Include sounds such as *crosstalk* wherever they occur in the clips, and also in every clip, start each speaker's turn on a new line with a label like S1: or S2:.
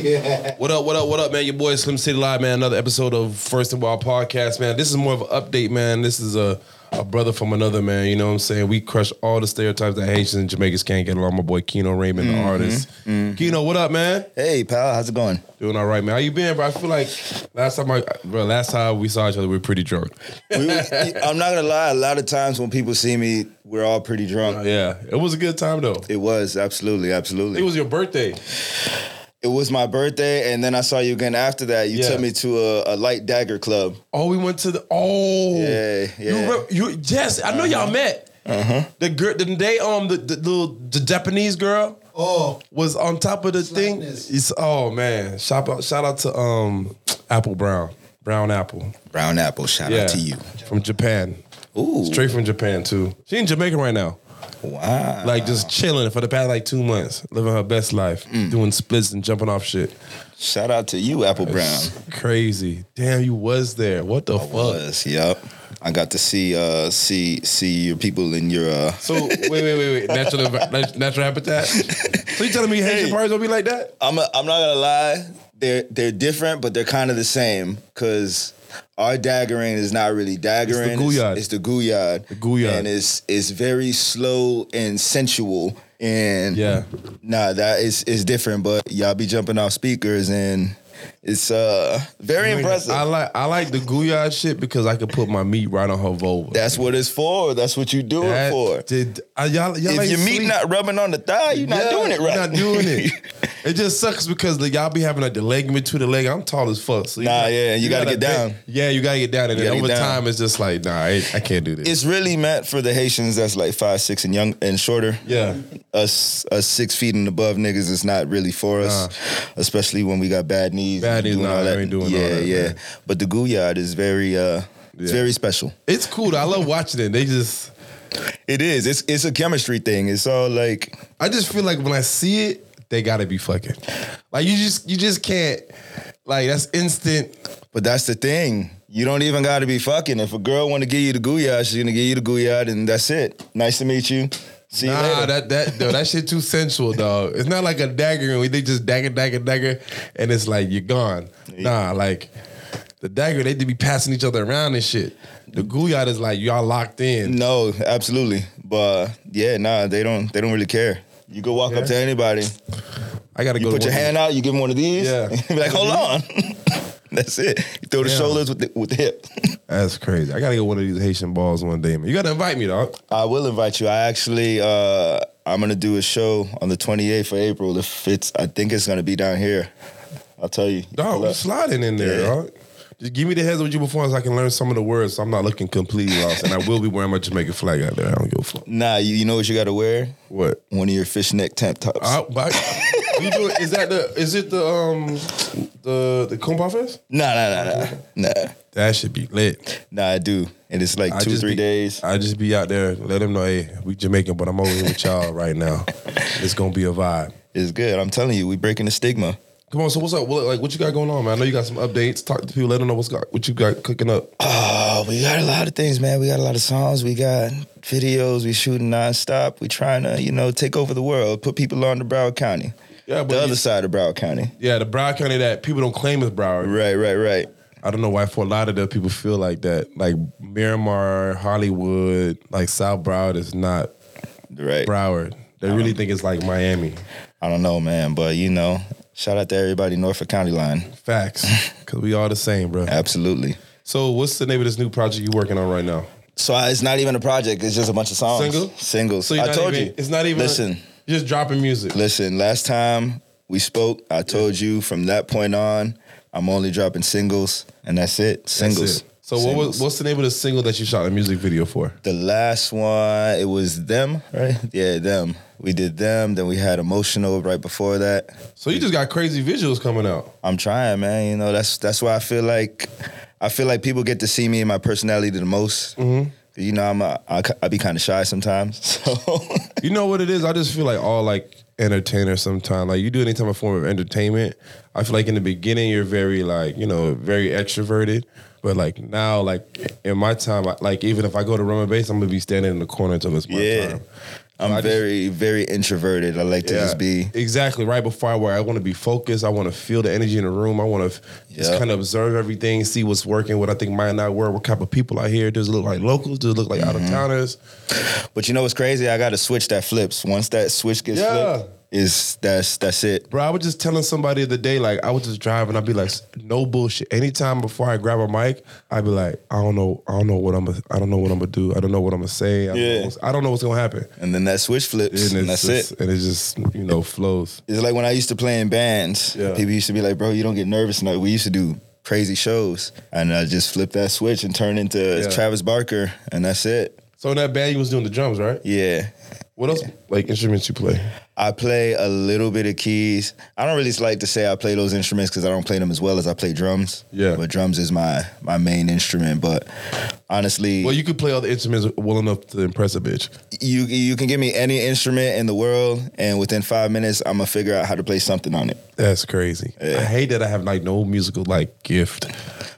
S1: yeah.
S2: What up, what up, what up, man? Your boy Slim City Live, man. Another episode of First and Wild Podcast, man. This is more of an update, man. This is a, a brother from another, man. You know what I'm saying? We crush all the stereotypes that Haitians and Jamaicans can't get along. My boy Keno Raymond, the artist. Keno, what up, man?
S1: Hey, pal, how's it going?
S2: *laughs* Doing all right, man. How you been, bro? I feel like last time I bro, last time we saw each other, we were pretty drunk.
S1: We- we- I'm not gonna lie. A lot of times when people see me, we're all pretty drunk.
S2: Yeah. It was a good time though.
S1: It was absolutely, absolutely.
S2: It was your birthday.
S1: my birthday, and then I saw you again after that. You
S2: Yeah.
S1: took me to a, a light dagger club.
S2: Oh, we went to the oh
S1: Yeah, yeah.
S2: You, remember, you yes, I know y'all met. Uh-huh. The girl, the day um the, the little the Japanese girl
S3: Oh,
S2: was on top of the thing.
S3: Slackness.
S2: It's, oh man, shout out shout out to um Apple Brown, Brown Apple,
S1: Brown apple, shout
S2: yeah,
S1: out to you.
S2: from Japan,
S1: Ooh,
S2: straight from Japan too. She in Jamaica right now,
S1: wow.
S2: like just chilling for the past like two months, living her best life,
S1: Mm.
S2: doing splits and jumping off shit.
S1: shout out to you, Apple Brown.
S2: Crazy, damn, you was there. What the fuck?
S1: Was yep. I got to see uh see see your people in your uh
S2: So wait, wait, wait, wait. Natural, nat- natural habitat. So you telling me Haitian parties don't be like that?
S1: I'm i I'm not gonna lie. They're they're different, but they're kind of the same because our daggering is not really daggering.
S2: gouillade.
S1: It's, it's the gouillard. The
S2: gouillade.
S1: And it's it's very slow and sensual. And
S2: Yeah.
S1: nah, that is is different. But y'all be jumping off speakers and it's uh very impressive.
S2: I like I like the gouillard shit because I could put my meat right on her vulva.
S1: That's what it's for. That's what you do it
S2: That
S1: for.
S2: Did uh, y'all, y'all
S1: If
S2: ain't
S1: your meat
S2: sleep.
S1: not rubbing on the thigh, you're not
S2: Yeah,
S1: doing it right.
S2: You're not doing
S1: *laughs*
S2: it. it just sucks because like, y'all be having like the leg in between the leg. I'm tall as fuck. So you
S1: Nah,
S2: gotta-
S1: yeah, you gotta get
S2: bend-
S1: down.
S2: Yeah, you gotta get down, and
S1: You
S2: then
S1: gotta
S2: over
S1: get down.
S2: time it's just like nah, I, I can't do this.
S1: it's really meant for the Haitians that's like five, six, and young and shorter.
S2: yeah,
S1: us us six feet and above niggas is not really for us, especially when we got bad knees.
S2: Bad knees,
S1: doing
S2: nah,
S1: all
S2: I ain't doing all
S1: yeah,
S2: that,
S1: yeah.
S2: man.
S1: But the Gouillard is very uh, it's
S2: Yeah.
S1: very special.
S2: it's cool. though. I love watching it. They just
S1: It is. It's it's a chemistry thing. It's all like
S2: I just feel like when I see it, they gotta be fucking. Like you just you just can't. Like that's instant.
S1: but that's the thing. You don't even gotta be fucking. If a girl wanna give you the Gouillard, she's gonna give you the Gouillard and that's it. Nice to meet you. See you
S2: Nah,
S1: later.
S2: that that though, that shit too sensual, dog. It's not like a dagger and they just dagger, dagger, dagger, and it's like you're gone. Nah, like the dagger, they be passing each other around and shit. The gouillard is like y'all locked in.
S1: no, absolutely. But yeah, nah, they don't they don't really care. You go walk up to anybody,
S2: I gotta
S1: You
S2: go.
S1: put
S2: to
S1: your
S2: one of
S1: hand out, you give him one of these.
S2: Yeah.
S1: *laughs* Be like, hold on. That's it. You throw the
S2: Yeah.
S1: shoulders with the, with the hip. *laughs*
S2: these- That's crazy. I gotta get one of these Haitian balls one day, man. You gotta invite me, dog.
S1: I will invite you. I actually, uh, I'm gonna do a show on the 28th of April. If it's, I think it's gonna be down here. I'll tell you.
S2: Dog, I'm
S1: Look,
S2: sliding in there,
S1: Yeah.
S2: dog. Just give me the heads up with you before so I can learn some of the words so I'm not looking completely lost. And I will be wearing my Jamaican flag out there. I don't give a fuck.
S1: nah, you, you know what you gotta wear?
S2: What?
S1: One of your fishneck tank tops.
S2: I, but you do, is that the is it the um the the Kumpa Fest?
S1: nah, nah, nah, nah, nah,
S2: That should be lit.
S1: nah. I do, and it's like
S2: I
S1: two,
S2: just
S1: three
S2: be-
S1: days.
S2: I just be out there, let them know, hey, we Jamaican, but I'm over here with y'all right
S1: *laughs*
S2: now. It's gonna be a vibe.
S1: It's good. I'm telling you, we breaking the stigma.
S2: Come on, so what's up? What, like, what you got going on, man? I know you got some updates. Talk to people. Let them know what's got what you got cooking up.
S1: Oh, we got a lot of things, man. We got a lot of songs. We got videos. We shooting nonstop. We trying to, you know, take over the world. Put people on to Broward County.
S2: Yeah,
S1: the
S2: but
S1: other side of Broward County.
S2: yeah, the Broward County that people don't claim is Broward.
S1: Right, right, right.
S2: I don't know why for a lot of the people feel like that. Like Miramar, Hollywood, like South Broward is not
S1: Right.
S2: Broward. They really think it's like Miami.
S1: I don't know, man, but you know, shout out to everybody Norfolk County line.
S2: Facts. *laughs* Cause we all the same, bro.
S1: Absolutely.
S2: So what's the name of this new project you working on right now?
S1: So I, it's not even a project. It's just a bunch of songs.
S2: Single?
S1: Singles.
S2: So you're
S1: I
S2: not
S1: told
S2: even-
S1: you.
S2: It's not even
S1: Listen.
S2: you're just dropping music.
S1: Listen, last time we spoke, I told you from that point on, I'm only dropping singles, and that's it.
S2: That's
S1: Singles.
S2: it. So what was
S1: Singles.
S2: what's the name of the single that you shot a music video for?
S1: The last one, it was them, right? *laughs* Yeah, them. We did them. Then we had emotional right before that.
S2: So you just got crazy visuals coming out.
S1: I'm trying, man. You know, that's that's why I feel like I feel like people get to see me and my personality the most.
S2: Mm-hmm.
S1: You know, I'm a, I, I be kind of shy sometimes. *laughs* So
S2: You know what it is? I just feel like all like entertainers sometimes. Like you do any type of form of entertainment. I feel like in the beginning you're very like, you know, very extroverted. But like now, like in my time, I- like even if I go to Roman Base, I'm gonna be standing in the corner until it's my
S1: Yeah.
S2: time.
S1: I'm
S2: I just-
S1: very, very introverted. I like to just be.
S2: exactly right before I work. I want to be focused. I want to feel the energy in the room. I want to just
S1: Yeah.
S2: kind of observe everything, see what's working, what I think might not work, what type of people I hear. Does it look like locals? Does it look like
S1: Mm-hmm.
S2: out of towners?
S1: But you know what's crazy? I got a switch that flips. Once that switch gets
S2: Yeah.
S1: flipped, is that's that's it.
S2: Bro, I was just telling somebody the other day, like I was just driving, I'd be like, no bullshit. Anytime before I grab a mic, I'd be like, I don't know, I don't know what I'm, gonna- I don't know what I'm gonna do, I don't know what I'm gonna say, I don't,
S1: Yeah.
S2: know, what's, I don't know what's gonna happen,
S1: And then that switch flips, and, that's
S2: just,
S1: it.
S2: and it just you know flows.
S1: It's like when I used to play in bands.
S2: Yeah.
S1: People used to be like, "Bro, you don't get nervous." No, we used to do crazy shows, and I just flip that switch and turn into
S2: Yeah.
S1: Travis Barker, and that's it.
S2: So in that band, you was doing the drums, right?
S1: Yeah.
S2: What else, like instruments you play?
S1: I play a little bit of keys. I don't really like to say I play those instruments because I don't play them as well as I play drums.
S2: Yeah.
S1: But drums is my my main instrument. But honestly,
S2: Well, you could play other instruments well enough to impress a bitch.
S1: you you can give me any instrument in the world, and within five minutes, I'm gonna figure out how to play something on it.
S2: That's crazy. I hate that I have like no musical like gift.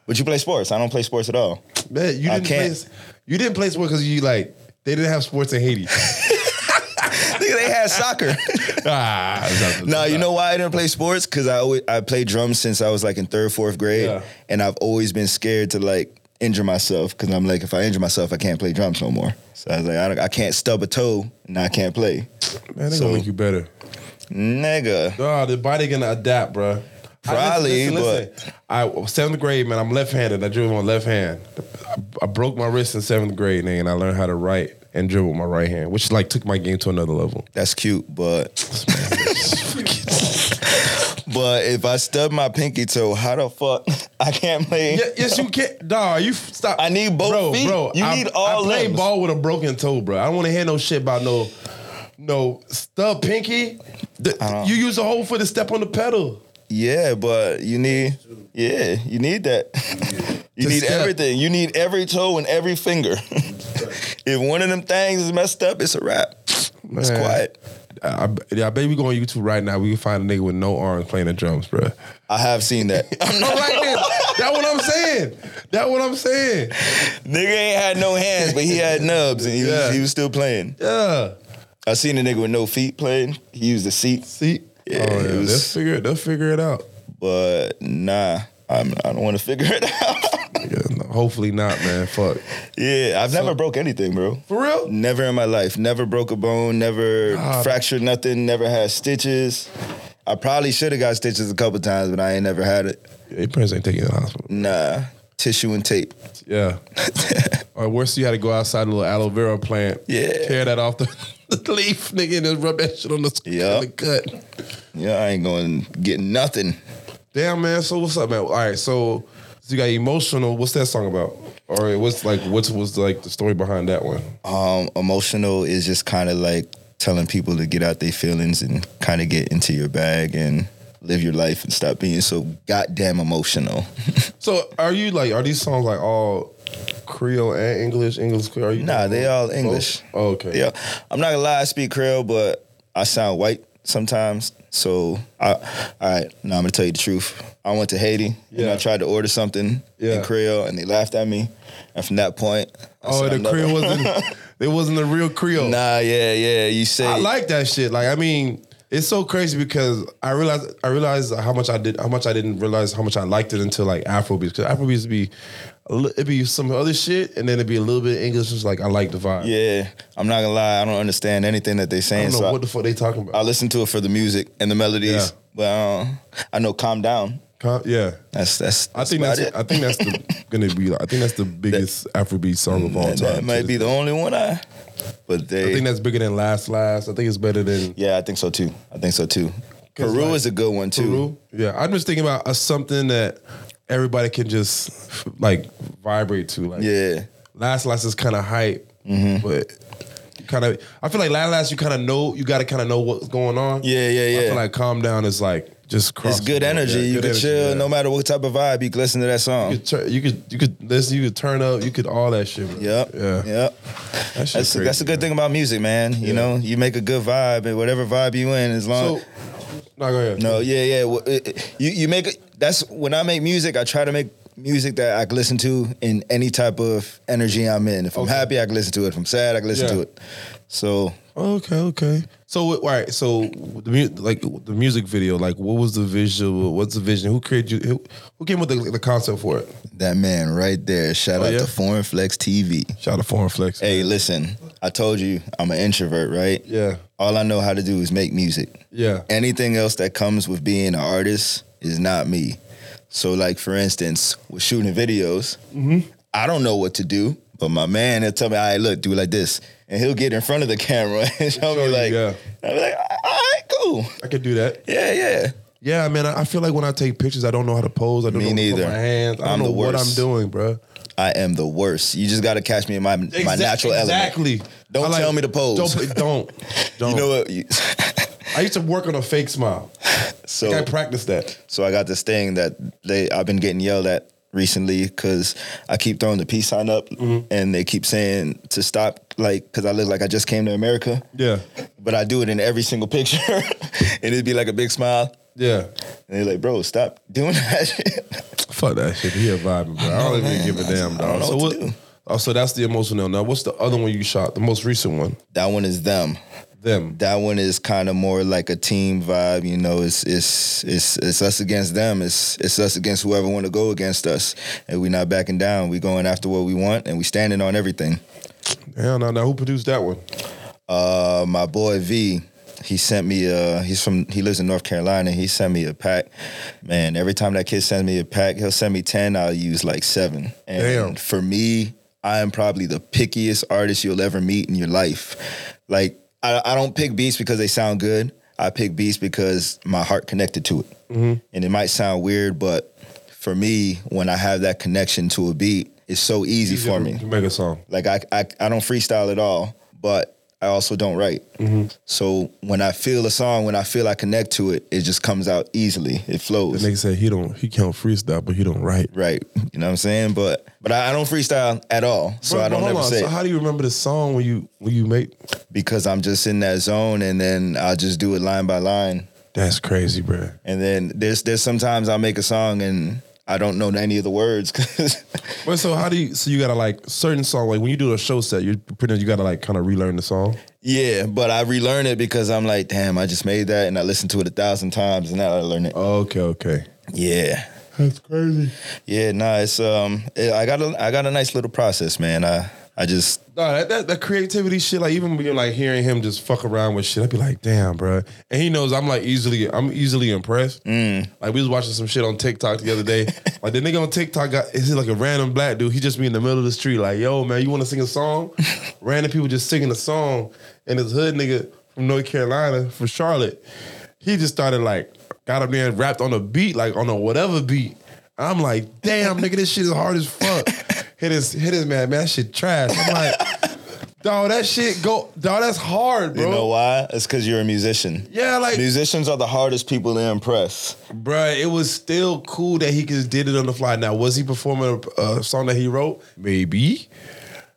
S1: But you play sports. I don't play sports at all. *laughs*
S2: Man, you
S1: I
S2: didn't
S1: can't.
S2: play. s- You didn't play sports because you like they didn't have sports in *laughs* Haiti.
S1: Nigga, they had soccer. *laughs*
S2: ah,
S1: no, you know why I didn't play sports? Because I always I played drums since I was like in third, fourth grade,
S2: Yeah.
S1: and I've always been scared to like injure myself because I'm like, if I injure myself, I can't play drums no more. So I was like, I, don't, I can't stub a toe, and I can't play.
S2: man, they
S1: So-
S2: gonna make you better.
S1: Nigga,
S2: Oh, the body gonna adapt, bro.
S1: Probably,
S2: I seventh grade, man. I'm left-handed. I dribble with my left hand. I, I broke my wrist in seventh grade, nigga, and I learned how to write and dribble with my right hand, which like took my game to another level.
S1: that's cute, but
S2: *laughs*
S1: but if I stub my pinky toe, how the fuck *laughs* I can't play?
S2: Ye- yes, you can. Dog, you f- stop.
S1: I need both
S2: bro,
S1: feet.
S2: Bro,
S1: You
S2: I,
S1: need all
S2: I play
S1: limbs.
S2: ball with a broken toe, bro. I don't want to hear no shit about no, no stub pinky. The- you use the whole foot to step on the pedal.
S1: Yeah, but you need yeah, you need that. *laughs* you
S2: To
S1: need
S2: step.
S1: everything. You need every toe and every finger. *laughs* if one of them things is messed up, it's a wrap. It's
S2: Man.
S1: quiet.
S2: I, I, I bet we go on YouTube right now. We can find a nigga with no arms playing the drums, bro.
S1: I have seen
S2: *laughs*
S1: that. I'm
S2: All
S1: not,
S2: right, then. That what I'm saying. That what I'm saying.
S1: nigga ain't had no hands, but he had nubs and he,
S2: Yeah.
S1: was, he was still playing.
S2: Yeah.
S1: I seen a nigga with no feet playing. He used a seat,
S2: See.
S1: Yeah,
S2: oh,
S1: it
S2: yeah.
S1: was-
S2: They'll figure it. They'll figure it out.
S1: but nah, I'm, I don't want to figure *laughs* it out.
S2: Yeah, no, hopefully not, man. Fuck.
S1: yeah, I've never broke anything, bro.
S2: For real?
S1: Never in my life. Never broke a bone, never
S2: God.
S1: fractured nothing, never had stitches. I probably should have got stitches a couple times, but I ain't never had it.
S2: Your parents ain't taking you to the hospital.
S1: Nah. Tissue and tape. *laughs*
S2: Yeah. or worse, you had to go outside a little aloe vera plant.
S1: Yeah.
S2: Tear that off the, *laughs* the leaf, nigga, and just rub that shit on the, on
S1: Yeah.
S2: the cut.
S1: Yeah, I ain't going to get nothing.
S2: Damn, man. So what's up, man? All right. So, so you got emotional. What's that song about? Or what's like what's was like the story behind that one?
S1: Um, emotional is just kind of like telling people to get out their feelings and kind of get into your bag and live your life and stop being so goddamn emotional.
S2: So are you like are these songs like all Creole and English? English Creole? Are you
S1: Nah, they all
S2: both?
S1: English.
S2: Oh, okay.
S1: Yeah, I'm not gonna lie. I speak Creole, but I sound white sometimes. So, I, all right, now I'm gonna tell you the truth. I went to Haiti and
S2: Yeah.
S1: I tried to order something
S2: Yeah.
S1: in Creole, and they laughed at me. And from that point, I
S2: Oh,
S1: said,
S2: the
S1: "I'm never-"
S2: Creole wasn't
S1: *laughs*
S2: it wasn't the real Creole.
S1: Nah, yeah, yeah. You say
S2: I like that shit. Like, I mean, it's so crazy because I realized I realized how much I did, how much I didn't realize how much I liked it until like Afrobeats. Because Afrobeats would be, a li- it'd be some other shit, and then it'd be a little bit English. Just like I like the vibe.
S1: yeah. I'm not gonna lie. I don't understand anything that they
S2: I
S1: saying.
S2: don't know
S1: so I-
S2: what the fuck they talking about.
S1: I, listen to it for the music and the melodies.
S2: Yeah.
S1: But um, I know "Calm Down."
S2: Con- yeah,
S1: That's that's.
S2: I think
S1: about
S2: that's
S1: it.
S2: I think that's
S1: *laughs*
S2: the, gonna be. Like, I think that's the biggest Afrobeat song of all
S1: Mm, that,
S2: time.
S1: that might be the only one I. But they.
S2: I think that's bigger than Last Last. I think it's better than
S1: Yeah, I think so too. I think so too.
S2: 'Cause,
S1: Peru
S2: like,
S1: is a good one too.
S2: Peru. Yeah, I'm just thinking about uh, something that everybody can just like vibrate to. Like,
S1: Yeah.
S2: Last Last is kind of hype,
S1: Mm-hmm.
S2: but you kind of I feel like Last Last you kind of know you got to kind of know what's going on.
S1: Yeah, yeah,
S2: I
S1: yeah.
S2: feel like Calm Down is like just cross
S1: It's good energy.
S2: Yeah,
S1: you
S2: good
S1: can
S2: energy,
S1: chill
S2: yeah.
S1: no matter what type of vibe. You can listen to that song.
S2: You could, tur- you could you could listen. You could turn up. You could all that shit. Bro.
S1: yep.
S2: Yeah.
S1: Yep.
S2: That shit's
S1: That's a,
S2: crazy,
S1: that's a good thing about music, man. You
S2: Yeah.
S1: know, you make a good vibe and whatever vibe you in, as long
S2: So, no, go ahead.
S1: no, yeah, yeah. Well, it- it- You you make a, that's when I make music. I try to make music that I can listen to in any type of energy I'm in. If I'm
S2: Okay.
S1: happy, I can listen to it. If I'm sad, I can listen
S2: Yeah.
S1: to it. So
S2: Oh, Okay, okay. So all right, so the mu- like the music video, like what was the visual? What's the vision? Who created you? Who, who came with the, the concept for it?
S1: that man right there, shout
S2: Oh,
S1: out
S2: yeah?
S1: to Foreign Flex TV.
S2: Shout out to Foreign Flex.
S1: Hey, listen, I told you I'm an introvert, right?
S2: Yeah,
S1: All I know how to do is make music.
S2: yeah.
S1: anything else that comes with being an artist is not me. So, like for instance, with shooting videos,
S2: Mm-hmm.
S1: I don't know what to do, but my man will tell me, "All right, look, do it like this," and he'll get in front of the *laughs* camera and show
S2: Show
S1: me
S2: you,
S1: like,
S2: yeah.
S1: I'll be like, "All right, cool,
S2: I could do that.
S1: yeah, yeah."
S2: Yeah, man. I I feel like when I take pictures, I don't know how to pose. I don't
S1: Me
S2: know what to put
S1: neither.
S2: my hands. I don't
S1: I'm
S2: know
S1: the
S2: what I'm
S1: worst.
S2: doing, bro.
S1: I am the worst. You just got to catch me in my my natural element.
S2: Exactly.
S1: Don't
S2: I
S1: tell me to pose.
S2: Don't. Don't.
S1: *laughs*
S2: don't.
S1: You know what? *laughs* You-
S2: I used to work on a fake smile.
S1: so
S2: I practiced that.
S1: So I got this thing that they I've been getting yelled at recently because I keep throwing the peace sign up and they keep saying to stop, like, because I look like I just came to America,
S2: Yeah.
S1: but I do it in every single *laughs* picture and it'd be like a big smile.
S2: Yeah.
S1: And they're like, bro, stop doing *laughs* that shit.
S2: Fuck that shit. He a vibing, bro. I
S1: know,
S2: don't even
S1: man.
S2: give a
S1: I just-
S2: damn,
S1: I
S2: dog.
S1: don't know
S2: So
S1: what
S2: what?
S1: to do.
S2: Oh, so that's the emotional. Now, what's the other one you shot? The most recent one?
S1: that one is them.
S2: Them.
S1: That one is kind of more like a team vibe, you know. It's it's it's it's us against them. It's it's us against whoever want to go against us, and we're not backing down. We going after what we want, and we standing on everything.
S2: Hell no. Now, who produced that one?
S1: Uh, my boy V, he sent me a. He's from. He lives in North Carolina. He sent me a pack. Man, every time that kid sends me a pack, he'll send me ten. I'll use like seven. And
S2: Damn.
S1: For me, I am probably the pickiest artist you'll ever meet in your life. Like I, I don't pick beats because they sound good. I pick beats because my heart connected to it.
S2: Mm-hmm.
S1: And it might sound weird, but for me, when I have that connection to a beat, it's so easy for me.
S2: To make a song.
S1: Like I, I, I don't freestyle at all, but I also don't write.
S2: Mm-hmm.
S1: So when I feel a song, when I feel I connect to it, it just comes out easily. It
S2: The
S1: flows.
S2: nigga said he don't. He can't freestyle, but he don't write.
S1: right. You know what I'm saying? But but I, I don't freestyle at all. So
S2: Bro,
S1: I
S2: but
S1: don't
S2: hold
S1: ever
S2: on.
S1: say
S2: So
S1: it
S2: how do you remember the song when you when you make?
S1: because I'm just in that zone and then I'll just do it line by line.
S2: That's crazy, bro.
S1: And then there's there's sometimes I'll make a song and I don't know any of the words *laughs* because
S2: But so how do you? So you gotta like certain song. Like when you do a show set, you're pretty. much You gotta like kind of relearn the song.
S1: yeah, but I relearn it because I'm like, damn, I just made that and I listened to it a thousand times and now I learn it.
S2: Okay, okay.
S1: Yeah.
S2: That's crazy.
S1: Yeah, nah, it's um, it, I got a I got a nice little process, man. I I just
S2: No, that, that that creativity shit. Like even when you're like hearing him just fuck around with shit, I'd be like, damn, bro. And he knows I'm like easily, I'm easily impressed. Like we was watching some shit on TikTok the other day. like the nigga on TikTok got is he like a random black dude? He just be in the middle of the street, like, yo, man, you want to sing a song? random people just singing a song, and this hood nigga from North Carolina, from Charlotte, he just started like got up there and rapped on a beat, like on a whatever beat. I'm like, damn, nigga, this shit is hard as fuck. hit his hit his man, man, that shit trash. I'm
S1: *laughs*
S2: like. Dog, that shit go. Dog, that's hard, bro.
S1: you know why? It's because you're a musician.
S2: yeah, like,
S1: Musicians are the hardest people to impress.
S2: bruh, it was still cool that he just did it on the fly. Now, was he performing a, a song that he wrote? Maybe.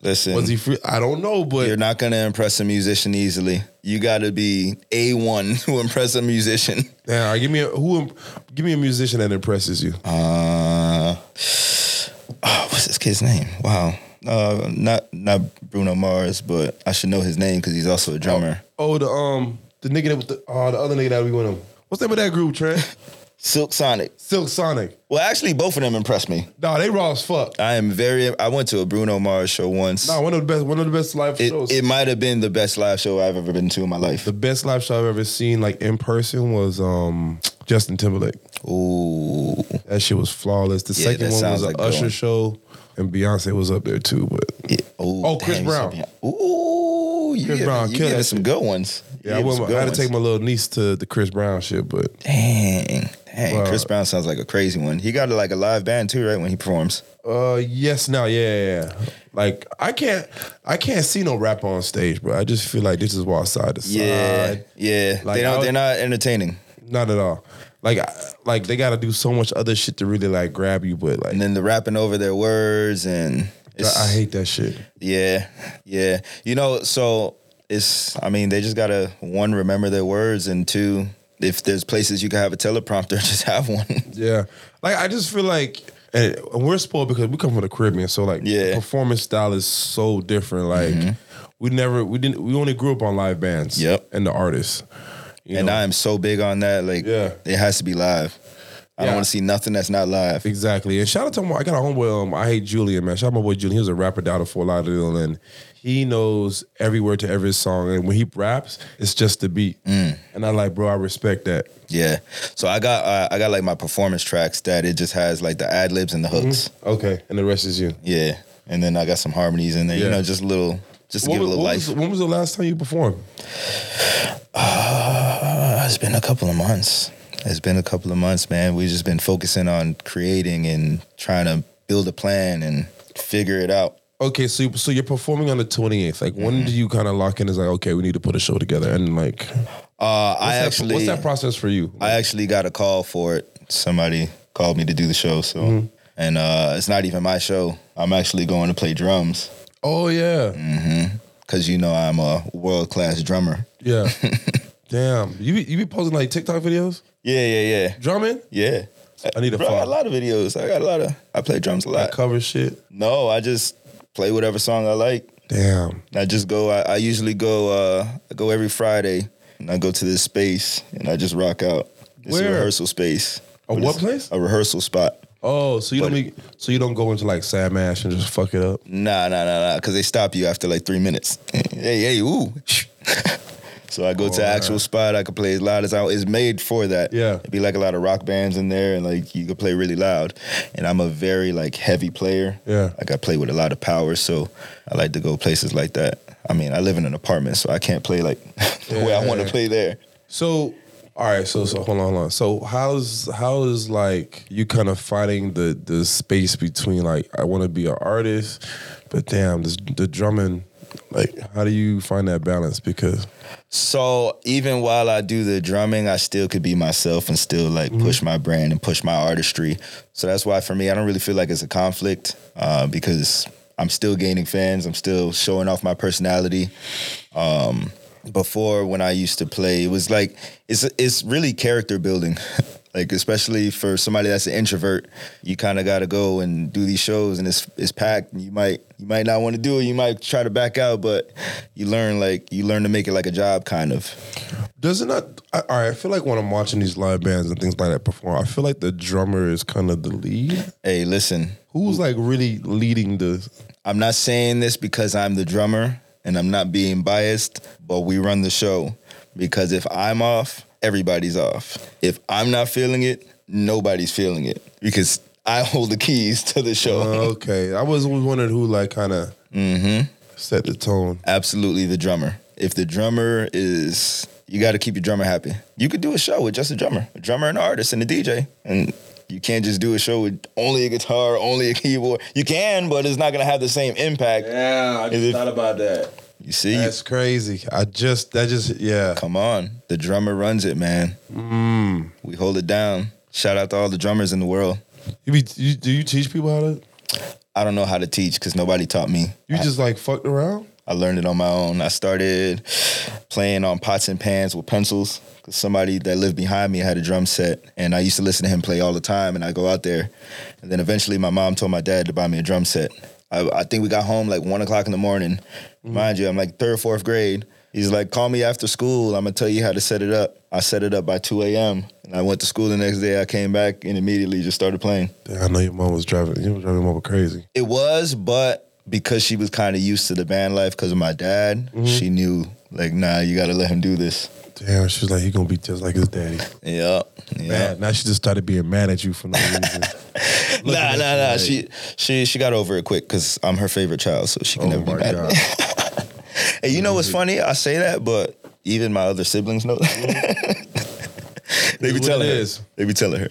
S1: Listen,
S2: Was he free? I don't know, but
S1: you're not gonna impress a musician easily. You got to be a one *laughs* to impress a musician.
S2: Nah, give me a who? im- Give me a musician that impresses you.
S1: Uh, oh, what's this kid's name? Wow. Uh, not not Bruno Mars, but I should know his name because he's also a drummer.
S2: Oh, the um, the nigga that was the oh, the other nigga that we with him. What's the name of that group,
S1: *laughs*
S2: Trent?
S1: Silk Sonic.
S2: Silk Sonic.
S1: Well, actually, both of them impressed me.
S2: Nah, they raw as fuck.
S1: I am very. I went to a Bruno Mars show once.
S2: Nah, one of the best, one of the best live shows.
S1: It, it might have been the best live show I've ever been to in my life.
S2: the best live show I've ever seen, like in person, was um Justin Timberlake.
S1: Ooh,
S2: That shit was flawless. The
S1: Yeah,
S2: second
S1: that
S2: one was
S1: sounds
S2: an
S1: like
S2: Usher
S1: going.
S2: show, and Beyonce was up there too. But
S1: yeah. Ooh,
S2: Oh, Chris
S1: damn,
S2: Brown.
S1: you said- Ooh, you
S2: Chris
S1: giving-
S2: Brown,
S1: you
S2: kill
S1: giving
S2: that
S1: some
S2: shit.
S1: good ones. You
S2: yeah, I,
S1: giving
S2: went,
S1: some
S2: with-
S1: good
S2: I had to
S1: ones.
S2: take my little niece to the Chris Brown shit, but
S1: Dang, dang.
S2: Bruh.
S1: Chris Brown sounds like a crazy one. He got like a live band too, right? When he performs.
S2: uh, yes, now, yeah, yeah, yeah. Like I can't, I can't see no rapper on stage, bro. I just feel like this is wild side to
S1: Yeah,
S2: side.
S1: yeah.
S2: Like,
S1: they
S2: I
S1: don't.
S2: was-
S1: they're not entertaining.
S2: Not at all. Like, I, like they got to do so much other shit to really like grab you, but like,
S1: And then the rapping over their words and. It's,
S2: I hate that shit.
S1: Yeah, yeah. You know, so it's. I mean, they just gotta one remember their words and *laughs* two. If there's places you can have a teleprompter, just have one.
S2: Yeah, like I just feel like and, and we're spoiled because we come from the Caribbean, so like
S1: Yeah. Mm-hmm.
S2: performance style is so different. Like we never we didn't we only grew up on live bands.
S1: Yep.
S2: and the artists. You
S1: and
S2: know?
S1: I am so big on that. Like,
S2: Yeah.
S1: it has to be live. I
S2: Yeah.
S1: don't want to see nothing that's not live.
S2: Exactly. And shout out to my, I got a homeboy, um, I hate Julian, man. Shout out my boy Julian. He was a rapper down in Fort Lauderdale and he knows every word to every song. And when he raps, it's just the beat.
S1: Mm.
S2: And I like, bro, I respect that.
S1: Yeah. So I got uh, I got like my performance tracks that it just has like the ad libs and the
S2: Mm-hmm.
S1: hooks.
S2: Okay. And the rest is you.
S1: Yeah. And then I got some harmonies in there.
S2: Yeah.
S1: You know, just little, just to
S2: What
S1: give it a
S2: was,
S1: little
S2: what
S1: life.
S2: was- when was the last time you performed?
S1: Uh, it's been a couple of months. It's been a couple of months, man. We've just been focusing on creating and trying to build a plan and figure it out.
S2: Okay, so so you're performing on the 28th. Like, when do you kind of lock in? Is like, okay, we need to put a show together. And like, what's
S1: Uh, I
S2: that-
S1: actually,
S2: what's that process for you?
S1: I actually got a call for it. Somebody called me to do the show, so
S2: Mm-hmm.
S1: and uh, it's not even my show. I'm actually going to play drums
S2: oh yeah,
S1: because you know I'm a world class drummer. *laughs*
S2: yeah. Damn, you be, you be posting like TikTok videos,
S1: Yeah, yeah,
S2: drumming.
S1: yeah, yeah.
S2: I need a
S1: Bro, I got a
S2: follow.
S1: lot of videos. I got a lot of. I play drums a
S2: I
S1: lot.
S2: cover shit.
S1: No, I just play whatever song I like.
S2: Damn.
S1: I just go. I, I usually go. Uh, I go every Friday, and I go to this space, and I just rock out. It's
S2: Where?
S1: a rehearsal space.
S2: A
S1: But
S2: what
S1: it's
S2: place?
S1: A rehearsal spot.
S2: Oh, so you don't
S1: But-
S2: be, so you don't go into like Sam Ash and just fuck it up.
S1: Nah, nah, nah, nah. Because they stop you after like three minutes. *laughs* hey, hey, ooh. *laughs* so I go to
S2: Alright.
S1: actual spot. I can play as loud as I. It's made for that.
S2: Oh, Yeah.
S1: It'd be like a lot of rock bands in there, and like you could play really loud. And I'm a very like heavy player.
S2: Yeah.
S1: Like I play with a lot of power, so I like to go places like that. I mean, I live in an apartment, so I can't play like *laughs* the way I want to
S2: Yeah.
S1: play there.
S2: So all right, so so hold on, hold on. So how's how is like you kind of fighting the the space between like I want to be an artist, but damn, this, the drumming. Like, how do you find that balance? Because
S1: So even while I do the drumming, I still could be myself and still like push my brand and push my artistry. So that's why for me, I don't really feel like it's a conflict uh, because I'm still gaining fans. I'm still showing off my personality. Um, before when I used to play, it was like it's it's really character building. *laughs* Like especially for somebody that's an introvert, you kind of got to go and do these shows, and it's it's packed. And you might you might not want to do it. You might try to back out, but you learn like you learn to make it like a job, kind of.
S2: does it not? I, all right, I feel like when I'm watching these live bands and things like that perform, I feel like the drummer is kind of the lead.
S1: Hey, listen,
S2: Who's like really leading the?
S1: I'm not saying this because I'm the drummer and I'm not being biased, but we run the show because if I'm off, everybody's off. If I'm not feeling it, nobody's feeling it because I *laughs* hold the keys to the show.
S2: Uh, okay, I was always wondering who like kind of set the tone.
S1: Mm-hmm. Absolutely the drummer. If the drummer is, you got to keep your drummer happy. You could do a show with just a drummer, a drummer and an artist and a DJ. And you can't just do a show with only a guitar, only a keyboard. You can, but it's not going to have the same impact.
S2: Yeah, I
S1: just Is it- thought
S2: about that.
S1: You see?
S2: That's crazy. I just that just yeah.
S1: Come on. The drummer runs it, man. We hold it down. Shout out to all the drummers in the world.
S2: You be you, do you teach people how to?
S1: I don't know how to teach because nobody taught me.
S2: You just like fucked around.
S1: I learned it on my own. I started playing on pots and pans with pencils. 'cause Somebody that lived behind me had a drum set, and I used to listen to him play all the time. And I go out there, and then eventually my mom told my dad to buy me a drum set. I, I think we got home like one o'clock in the morning. Mind you, I'm like third or fourth grade. He's like, call me after school. I'm gonna tell you how to set it up. I set it up by 2 a.m. and I went to school the next day. I came back and immediately just started playing.
S2: Damn, I know your mom was driving. You were driving your mama crazy.
S1: It was, but because she was kind of used to the band life because of my dad,
S2: Mm-hmm.
S1: she knew like, nah, you gotta let him do this.
S2: Damn, she was like, he gonna be just like his daddy.
S1: Yeah, yeah.
S2: Man, now she just started being mad at you for no
S1: *laughs*
S2: reason. Look
S1: Nah,
S2: at
S1: nah,
S2: that
S1: nah.
S2: shit,
S1: She she she got over it quick because I'm her favorite child, so she can
S2: like,
S1: never
S2: oh my
S1: be mad. at
S2: god. Mm-hmm.
S1: me. And you know what's funny? I say that, but even my other siblings know
S2: Mm-hmm.
S1: that. *laughs* they
S2: Is
S1: be
S2: what
S1: telling
S2: it
S1: her.
S2: is.
S1: *laughs* They be telling her.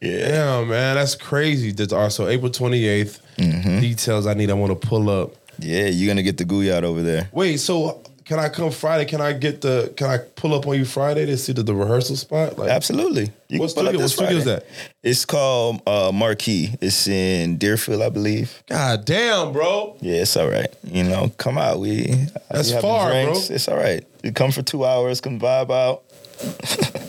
S1: Yeah.
S2: Damn, man, that's crazy. That's also April twenty
S1: Mm-hmm.
S2: Details I need. I want to pull up.
S1: Yeah, you're gonna get the goo out over there.
S2: Wait, so can I come Friday? Can I get the? Can I pull up on you Friday to see the, the rehearsal spot? Like,
S1: Absolutely. You
S2: What
S1: can pull up
S2: studio-
S1: this
S2: what studio's
S1: Friday. It's called uh, Marquee. It's in Deerfield, I believe.
S2: God damn, bro.
S1: Yeah, it's all right. You know, come out. We
S2: That's
S1: we having
S2: far, bro.
S1: It's all right. You come for two hours, come vibe out.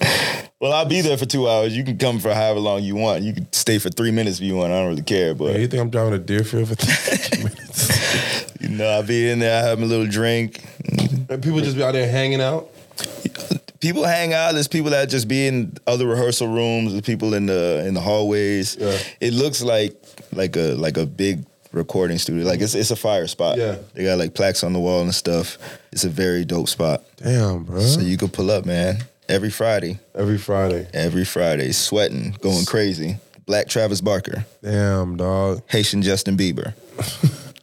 S1: *laughs* Well, I'll be there for two hours. You can come for however long you want. You can stay for three minutes if you want. I don't really care, but
S2: You think I'm driving to *laughs* Deerfield for 30 minutes?
S1: you know, I'll be in there. I have a little drink.
S2: And people just be out there hanging out.
S1: People hang out. There's people that just be in other rehearsal rooms. There's people in the in the hallways.
S2: Yeah.
S1: It looks like like a like a big recording studio. Like it's it's a fire spot.
S2: Yeah.
S1: they got like plaques on the wall and stuff. It's a very dope spot.
S2: Damn, bro.
S1: So you could pull up, man. Every Friday,
S2: Every Friday.
S1: every Friday, sweating, going crazy. Black Travis Barker,
S2: Damn, dog.
S1: Haitian Justin Bieber,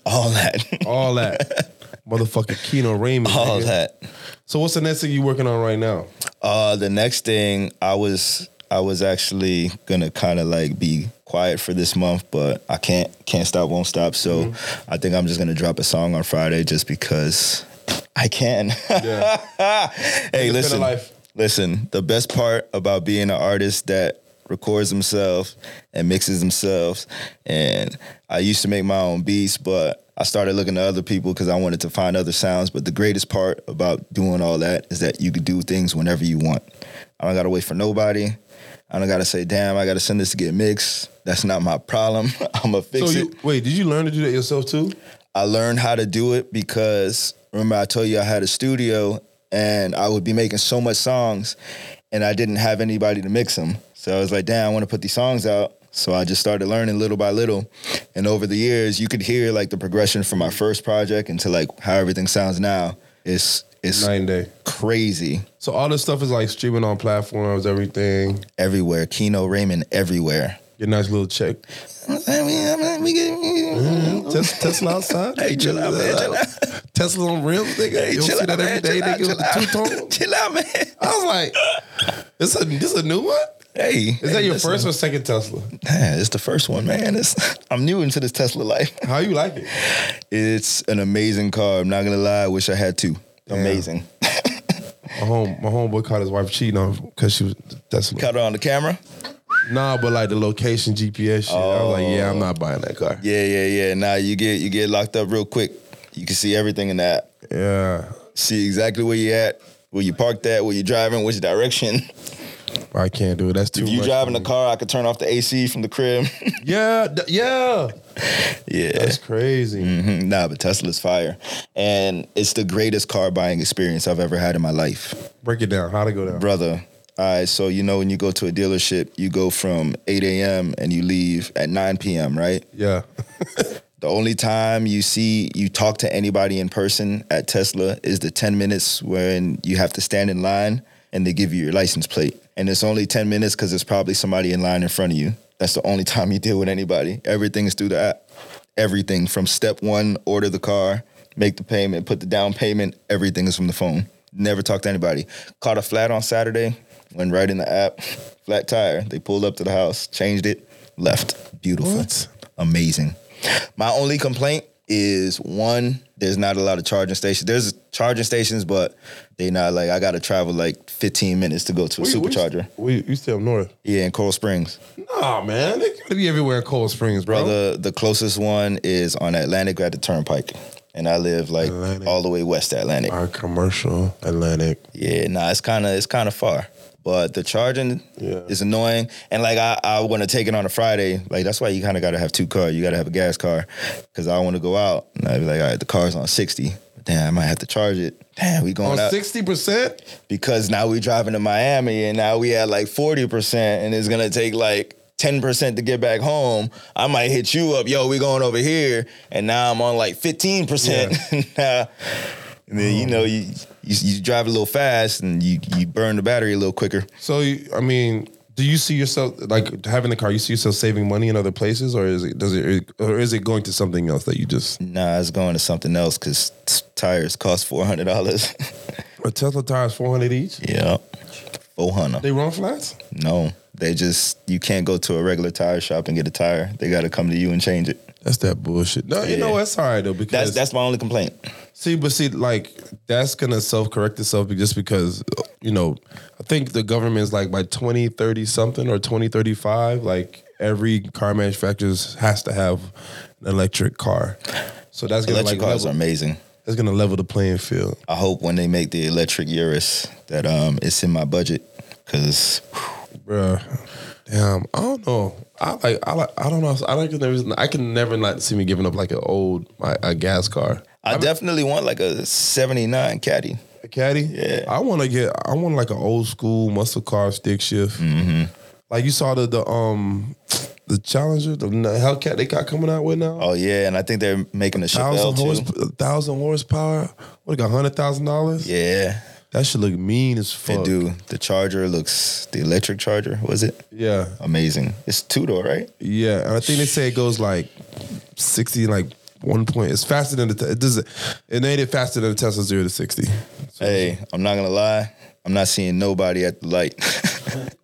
S1: all that, *laughs*
S2: All that. *laughs* Motherfucking Keno Raymond.
S1: all
S2: nigga.
S1: that.
S2: So what's the next thing you working on right
S1: *laughs*
S2: now?
S1: Uh, the next thing I was I was actually gonna kind of like be quiet for this month, but I can't can't stop won't stop. So I think I'm just gonna drop a song on Friday just because I can. *laughs*
S2: Yeah.
S1: hey,
S2: Independent
S1: listen,
S2: life.
S1: listen. The best part about being an artist that records themselves and mixes themselves, and I used to make my own beats, but I started looking to other people because I wanted to find other sounds. But the greatest part about doing all that is that you can do things whenever you want. I don't gotta wait for nobody. I don't gotta say, damn, I gotta send this to get mixed. That's not my problem. *laughs* I'ma
S2: So
S1: fix it.
S2: you wait, did you learn to do that yourself too?
S1: I learned how to do it because remember I told you I had a studio and I would be making so much songs and I didn't have anybody to mix them. So I was like, damn, I want to put these songs out. So I just started learning little by little. And over the years, you could hear like the progression from my first project into like how everything sounds now. It's it's
S2: Nine day.
S1: crazy
S2: So all this stuff is like streaming on platforms, everything.
S1: everywhere. Kino Raymond everywhere.
S2: Your nice little check.
S1: I mean, I mean, we get-
S2: Tes- Tesla outside.
S1: Hey, chill out, man, chill out.
S2: Tesla on rims, nigga.
S1: Hey,
S2: you don't
S1: chill
S2: see
S1: out,
S2: that every
S1: man,
S2: day,
S1: chill out,
S2: nigga.
S1: chill
S2: With the
S1: out.
S2: two tone.
S1: *laughs* Chill out, man.
S2: I was like, this a this a new one?
S1: Hey,
S2: Is that your first or second Tesla?
S1: Man, it's the first one, man. It's, *laughs* I'm new into this Tesla life.
S2: How you like it?
S1: It's an amazing car. I'm not gonna lie. I wish I had two. Amazing.
S2: My home my homeboy caught his wife cheating on because she was Tesla.
S1: Caught her on the camera.
S2: Nah, but like the location GPS shit. I was like, yeah, I'm not buying that car.
S1: Yeah, yeah, yeah. Nah, you get you get locked up real quick. You can see everything in that.
S2: Yeah.
S1: See exactly where you at, where you parked at, where you driving, which *laughs* direction.
S2: I can't do it. That's too
S1: If you
S2: much.
S1: driving the car, I could turn off the AC from the crib. *laughs*
S2: Yeah, th- yeah.
S1: yeah. *laughs*
S2: That's crazy.
S1: Mhm. Nah, but Tesla's fire. And it's the greatest car buying experience I've ever had in my life.
S2: Break it down. How to go down.
S1: brother. All right, so you know when you go to a dealership, you go from 8 a.m. and you leave at 9 p.m., right?
S2: Yeah.
S1: The only time you see you talk to anybody in person at Tesla is the 10 minutes when you have to stand in line and they give you your license plate. And it's only 10 minutes because there's probably somebody in line in front of you. That's the only *laughs* time you deal with anybody. Everything is through the app. Everything from step one, order the car, make the payment, put the down payment, everything is from the phone. Never talk to anybody. Caught a flat on Saturday, went right in the app, flat tire. They pulled up to the house, changed it, left. Beautiful.
S2: What?
S1: Amazing. My only complaint is one, there's not a lot of charging stations. There's charging stations, but they not like I gotta travel like 15 minutes to go to a supercharger.
S2: We you still up north?
S1: Yeah, in Coral Springs.
S2: Nah, man. They gotta be everywhere in Cold Springs, bro.
S1: The the closest one is on Atlantic at the Turnpike. And I live like
S2: Atlantic.
S1: all the way west Atlantic.
S2: Our commercial Atlantic.
S1: Yeah, nah, it's kind of it's kind of far, but the charging
S2: Yeah.
S1: is annoying. And like I, I want to take it on a Friday. Like that's why you kind of got to have two cars. You got to have a gas car because I want to go out and I'd be like, all right, the car's on sixty. Damn, I might have to charge it. Damn, we going
S2: On
S1: out
S2: sixty percent?
S1: because now we driving to Miami and now we at like forty percent and it's gonna take like. 10% to get back home, I might hit you up, yo, we going over here. And now I'm on like 15%. *laughs* Nah. And then you know you, you you drive a little fast and you you burn the battery a little quicker.
S2: So you, I mean, do you see yourself like having the car? You see yourself saving money in other places, or is it does it or is it going to something else that you just?
S1: Nah, it's going to something else because tires cost four hundred dollars. *laughs*
S2: A Tesla tires four hundred each.
S1: yeah, four hundred.
S2: They run flats.
S1: No, they just you can't go to a regular tire shop and get a tire. They got to come to you and change it.
S2: That's that bullshit. No, you
S1: Yeah.
S2: know that's all right though
S1: That's
S2: because
S1: that's my only complaint.
S2: See, but see, like that's gonna self correct itself just because you know, I think the government's like by twenty thirty something or twenty thirty five, like every car manufacturer has to have an electric car. So that's gonna
S1: Electric
S2: like
S1: cars are
S2: level,
S1: amazing.
S2: that's gonna level the playing field.
S1: I hope when they make the electric Urus that um it's in my budget Cause
S2: Bruh. Damn, I don't know. I like, I like, I don't know. I like, never, I can never not see me giving up like an old, my, a gas car.
S1: I definitely want like a '79 Caddy.
S2: A caddy.
S1: Yeah.
S2: I want to get. I want like an old school muscle car stick shift.
S1: Mm-hmm.
S2: Like you saw the the um the Challenger, the Hellcat they got coming out with now.
S1: Oh yeah, and I think they're making a
S2: Thousand
S1: Chevelle
S2: horse,
S1: too.
S2: thousand horsepower. What got hundred thousand dollars?
S1: Yeah,
S2: That should look mean as
S1: they
S2: fuck.
S1: do. The Charger looks the electric Charger. Was it
S2: Yeah,
S1: amazing? It's two door, right?
S2: yeah. And I think they say it goes like sixty, like one point. It's faster than the. Te- It does it. It made it faster than the Tesla zero to sixty.
S1: Hey, I'm not gonna lie. I'm not seeing nobody at the light.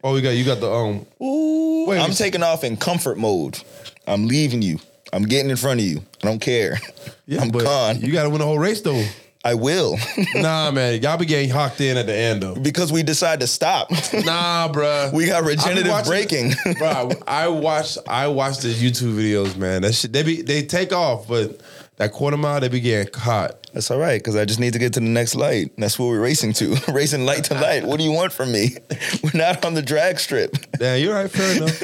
S2: Oh, you got you got the um.
S1: Ooh,
S2: Wait a
S1: I'm
S2: minute.
S1: taking off in comfort mode. I'm leaving you. I'm getting in front of you. I don't care.
S2: Yeah,
S1: I'm
S2: but
S1: gone.
S2: you got to win the whole race
S1: *laughs*
S2: though.
S1: I will
S2: nah, man, y'all be getting hocked in at the end though.
S1: because we decide to stop. *laughs*
S2: Nah, bruh.
S1: we got
S2: I be
S1: regenerative
S2: watching- *laughs*
S1: braking. *laughs*
S2: bruh, I watch I watch the YouTube videos, man. That shit they be they take off, but that quarter mile they be getting caught.
S1: That's all right, because I just need to get to the next light. That's what we're racing to. *laughs* racing light to light. What do you want from me? *laughs* We're not on the drag strip. *laughs*
S2: Damn, you're right, fair enough.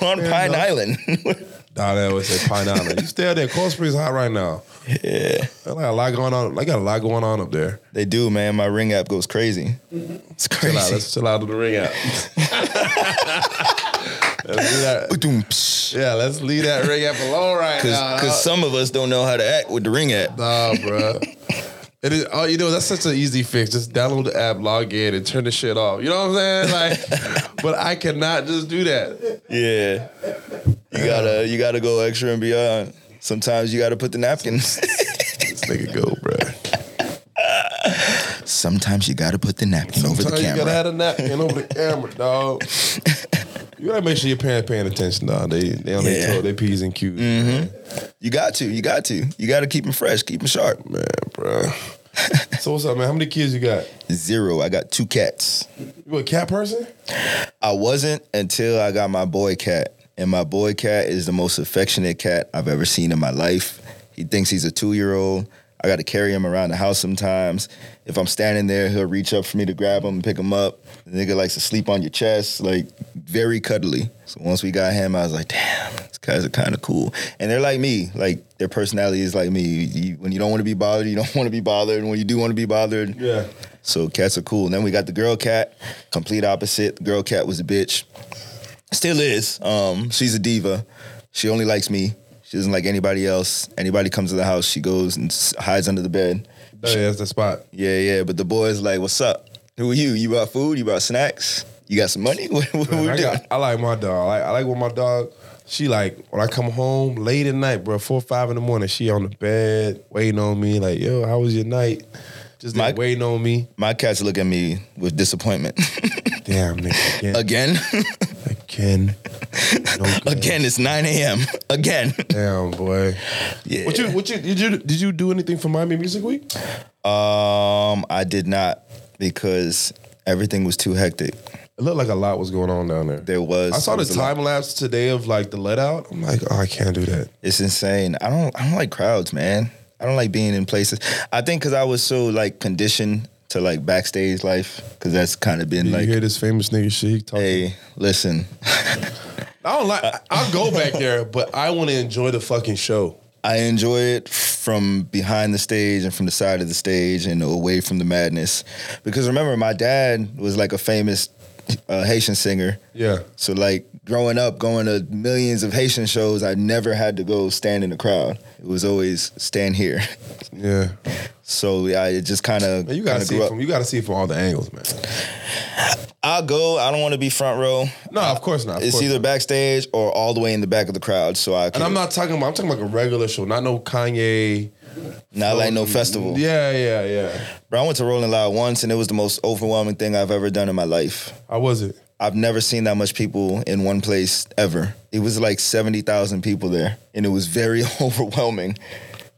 S2: *laughs*
S1: We're on
S2: Fair
S1: Pine
S2: enough.
S1: Island. *laughs*
S2: nah, that was say Pine Island. You stay out there. Cold Springs hot right now.
S1: yeah,
S2: They got a lot going on. They got a lot going on up there.
S1: they do, man. My ring app goes crazy. It's
S2: Chill
S1: *laughs*
S2: out.
S1: crazy.
S2: Let's chill out of the ring out. Let's do that.
S1: Because
S2: Yeah, let's leave that ring out alone right now.
S1: some of us don't know how to act with the ring app.
S2: Nah, bro. It is. Oh, you know that's such an easy fix. Just download the app, log in, and turn the shit off. You know what I'm saying? Like, but I cannot just do that.
S1: Yeah, you gotta you gotta go extra and beyond. Sometimes you gotta put the *laughs* napkins.
S2: This nigga go, bro.
S1: Sometimes you gotta put the napkin over the
S2: Sometimes you gotta
S1: camera.
S2: have a napkin over the camera, dog. You gotta make sure your parents paying attention, dog. They they on
S1: Yeah.
S2: their toe, they p's and q's,
S1: You got to, you got to, you gotta keep them fresh, keep them sharp.
S2: man, bro. so what's up, man? How many kids you got?
S1: Zero. I got two cats.
S2: You a cat person?
S1: I wasn't until I got my boy cat. And my boy cat is the most affectionate cat I've ever seen in my life. He thinks he's a two year old. I got to carry him around the house sometimes. If I'm standing there, he'll reach up for me to grab him and pick him up. The nigga likes to sleep on your chest, like very cuddly. So once we got him, I was like, damn, these guys are kind of cool. And they're like me, like their personality is like me. You, when you don't want to be bothered, you don't *laughs* want to be bothered. And when you do want to be bothered,
S2: Yeah.
S1: so cats are cool. And then we got the girl cat, complete opposite. The girl cat was a bitch. Still is. Um, she's a diva. She only likes me. She doesn't like anybody else. Anybody comes to the house, she goes and s- hides under the bed.
S2: Oh, yeah, that's the spot.
S1: Yeah, yeah. But the boy's like, "What's up? Who are you? You brought food? You brought snacks? You got some money? *laughs* What, what we
S2: Man, I,
S1: doing?"
S2: got, I like my dog. I, I like when my dog. She like when I come home late at night, bro, four or five in the morning. She on the bed waiting on me. Like, yo, how was your night? Just like
S1: My-
S2: waiting on me.
S1: My cats look at me
S2: *laughs*
S1: with disappointment.
S2: Damn, nigga, again,
S1: again, *laughs*
S2: again, No good.
S1: again. It's nine a.m. *laughs* Again.
S2: Damn, boy.
S1: Yeah.
S2: What you? What you? Did you? Did you do anything for Miami Music Week?
S1: *laughs* Um, I did not because everything was too hectic.
S2: It looked like a lot was going on down there.
S1: There was.
S2: I saw
S1: there
S2: the
S1: was a lot.
S2: time lapse today of like the let out. I'm like, oh, I can't do that.
S1: It's insane. I don't. I don't like crowds, man. I don't like being in places. I think because I was so like conditioned to like backstage life because that's kind of been
S2: Did
S1: like,
S2: you hear this famous nigga shit? He talking
S1: hey, listen,
S2: I don't like. I'll go back there, but I want to enjoy the fucking show.
S1: I enjoy it from behind the stage and from the side of the stage and away from the madness. Because remember, my dad was like a famous uh, Haitian singer.
S2: Yeah.
S1: So like growing up, going to millions of Haitian shows, I never had to go stand in the crowd. It was always stand here. *laughs*
S2: Yeah.
S1: So I it just kind of
S2: Man, you gotta see it
S1: grew up.
S2: from you gotta see it from all the angles, man.
S1: I'll go. I don't want to be front row.
S2: No, of course not. of
S1: It's
S2: course
S1: either
S2: not.
S1: backstage or all the way in the back of the crowd. So I can
S2: and I'm not talking about I'm talking about a regular show, not no Kanye.
S1: not like no festival.
S2: Yeah, yeah, yeah.
S1: Bro, I went to Rolling Loud once, and it was the most overwhelming thing I've ever done in my life.
S2: How was it?
S1: I've never seen that much people in one place ever. It was like 70,000 people there, and it was very *laughs* overwhelming.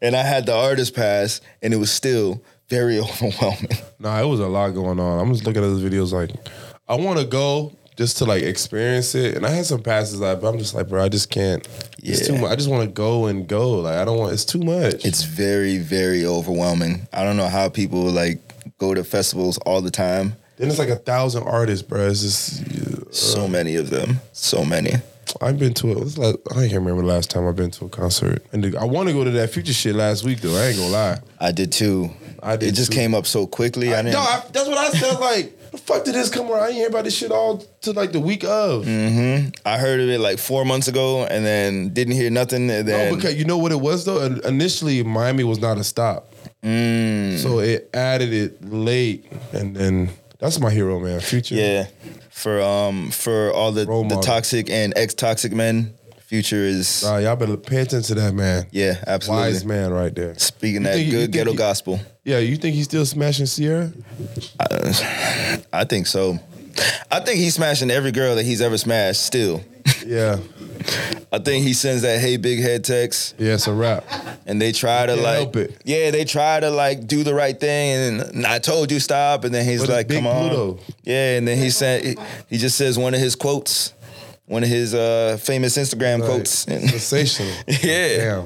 S1: And I had the artist pass, and it was still very *laughs* overwhelming.
S2: Nah, it was a lot going on. I'm just looking at those videos like I wanna go just to like experience it. And I had some passes like but I'm just like, bro, I just can't. It's too
S1: Yeah.
S2: much. I just wanna go and go. Like I don't want it's too much.
S1: It's very, very overwhelming. I don't know how people like go to festivals all the time
S2: Then it's like a thousand artists, bro. It's just
S1: So many of them. So many.
S2: I've been to it. was like, I can't remember the last time I've been to a concert. And the- I want to go to that future shit last week though. I ain't gonna lie.
S1: I did too.
S2: I did
S1: It just
S2: too.
S1: came up so quickly. I, didn't.
S2: No, I, that's what I
S1: *laughs*
S2: said. Like, the fuck did this come around? I didn't hear about this shit all to like the week of.
S1: Mm. I heard of it like four months ago, and then didn't hear nothing. And then
S2: No, because you know what it was though. In- Initially, Miami was not a stop,
S1: Mm.
S2: so it added it late, and then that's my hero, man. Future,
S1: yeah, for um for all the
S2: Role
S1: the
S2: model.
S1: toxic and ex toxic men, future is
S2: Nah, y'all better pay attention to that man.
S1: yeah absolutely.
S2: Wise man, right there. You
S1: Speaking that
S2: think- you
S1: good
S2: think
S1: ghetto
S2: he-
S1: gospel,
S2: Yeah, you think he's still smashing Sierra?
S1: I, I think so. I think he's smashing every girl that he's ever smashed. Still,
S2: Yeah,
S1: I think he sends that "Hey big head" text,
S2: yeah, it's a wrap.
S1: and they try to
S2: Can't
S1: like,
S2: help it.
S1: yeah, they try to like do the right thing, and then, I told you stop, and then he's
S2: But it's
S1: like,
S2: Big
S1: come on,
S2: Pluto.
S1: yeah, and then he said, he- he just says one of his quotes, one of his uh, famous Instagram
S2: Like,
S1: quotes. *laughs* And-
S2: sensational.
S1: yeah,
S2: Damn.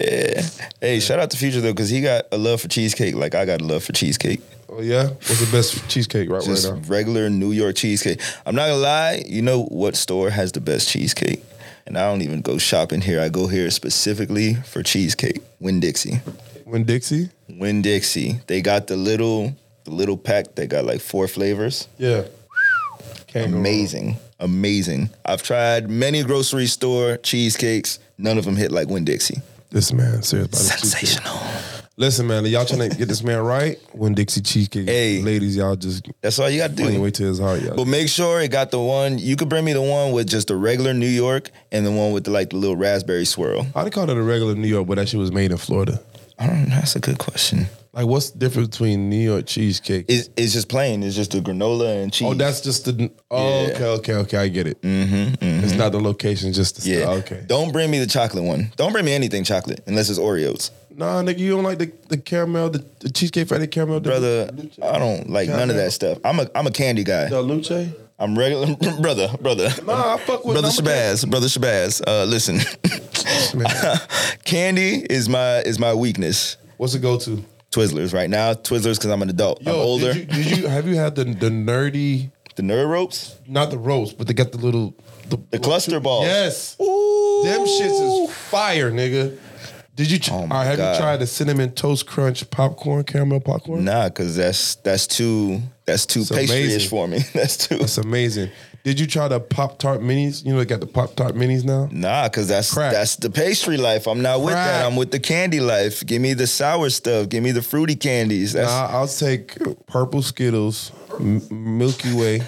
S1: yeah. Hey, shout out to Future though, because he got a love for cheesecake, like I got a love for cheesecake.
S2: Oh yeah. What's the best cheesecake right,
S1: Just
S2: right now?
S1: regular New York cheesecake. I'm not gonna lie, you know what store has the best cheesecake? And I don't even go shopping here. I go here specifically for cheesecake. Winn Dixie.
S2: When Dixie?
S1: Winn Dixie. They got the little the little pack that got like four flavors.
S2: Yeah. Can't go wrong.
S1: Amazing. Amazing. I've tried many grocery store cheesecakes. None of them hit like Winn Dixie.
S2: This man, serious about his cheesecake.
S1: Sensational.
S2: Listen, man, y'all trying to get this man right? When Dixie cheesecake,
S1: Hey.
S2: ladies, y'all just
S1: That's all you gotta do.
S2: playing way to his heart, y'all.
S1: But make sure it got the one. You could bring me the one with just the regular New York and the one with the, like the little raspberry swirl.
S2: I'd call it a regular New York, but that shit was made in Florida.
S1: I don't know. That's a good question.
S2: Like, what's the difference between New York cheesecake?
S1: It's, it's just plain. It's just the granola and cheese.
S2: oh, that's just the. Oh,
S1: Yeah.
S2: okay, okay, okay. I get it. Mm-hmm, It's not the location, just the
S1: yeah.
S2: stuff. Okay.
S1: Don't bring me the chocolate one. Don't bring me anything chocolate unless it's Oreos,
S2: Nah, nigga, you don't like the, the caramel, the, the cheesecake fatty caramel, the-
S1: brother. I don't like none of that stuff. I'm a I'm a candy guy.
S2: The luce?
S1: I'm regular, *laughs* brother, brother.
S2: Nah, I fuck with
S1: Brother
S2: I'm a-
S1: Shabazz, brother Shabazz. Uh, listen, *laughs* candy is my is my weakness.
S2: What's the go to?
S1: Twizzlers right now. Twizzlers because I'm an adult. I'm older.
S2: Did you, did you have you had the the nerdy?
S1: the nerd ropes,
S2: Not the roast, but they got the little the,
S1: the cluster balls.
S2: Yes.
S1: Ooh.
S2: Them shits is fire, nigga. Did you? Tr-
S1: Oh
S2: All
S1: my
S2: right, have
S1: God.
S2: you tried the cinnamon toast crunch popcorn caramel popcorn?
S1: Nah, cause that's that's too that's too pastry-ish
S2: amazing.
S1: for me. *laughs* That's too
S2: That's amazing. Did you try the pop tart minis? You know they got the pop tart minis now.
S1: nah, cause that's
S2: Crack.
S1: that's the pastry life. I'm not with that.
S2: Crack.
S1: I'm with the candy life. Give me the sour stuff. Give me the fruity candies. That's
S2: Nah, Uh, I'll take purple Skittles, M- Milky Way,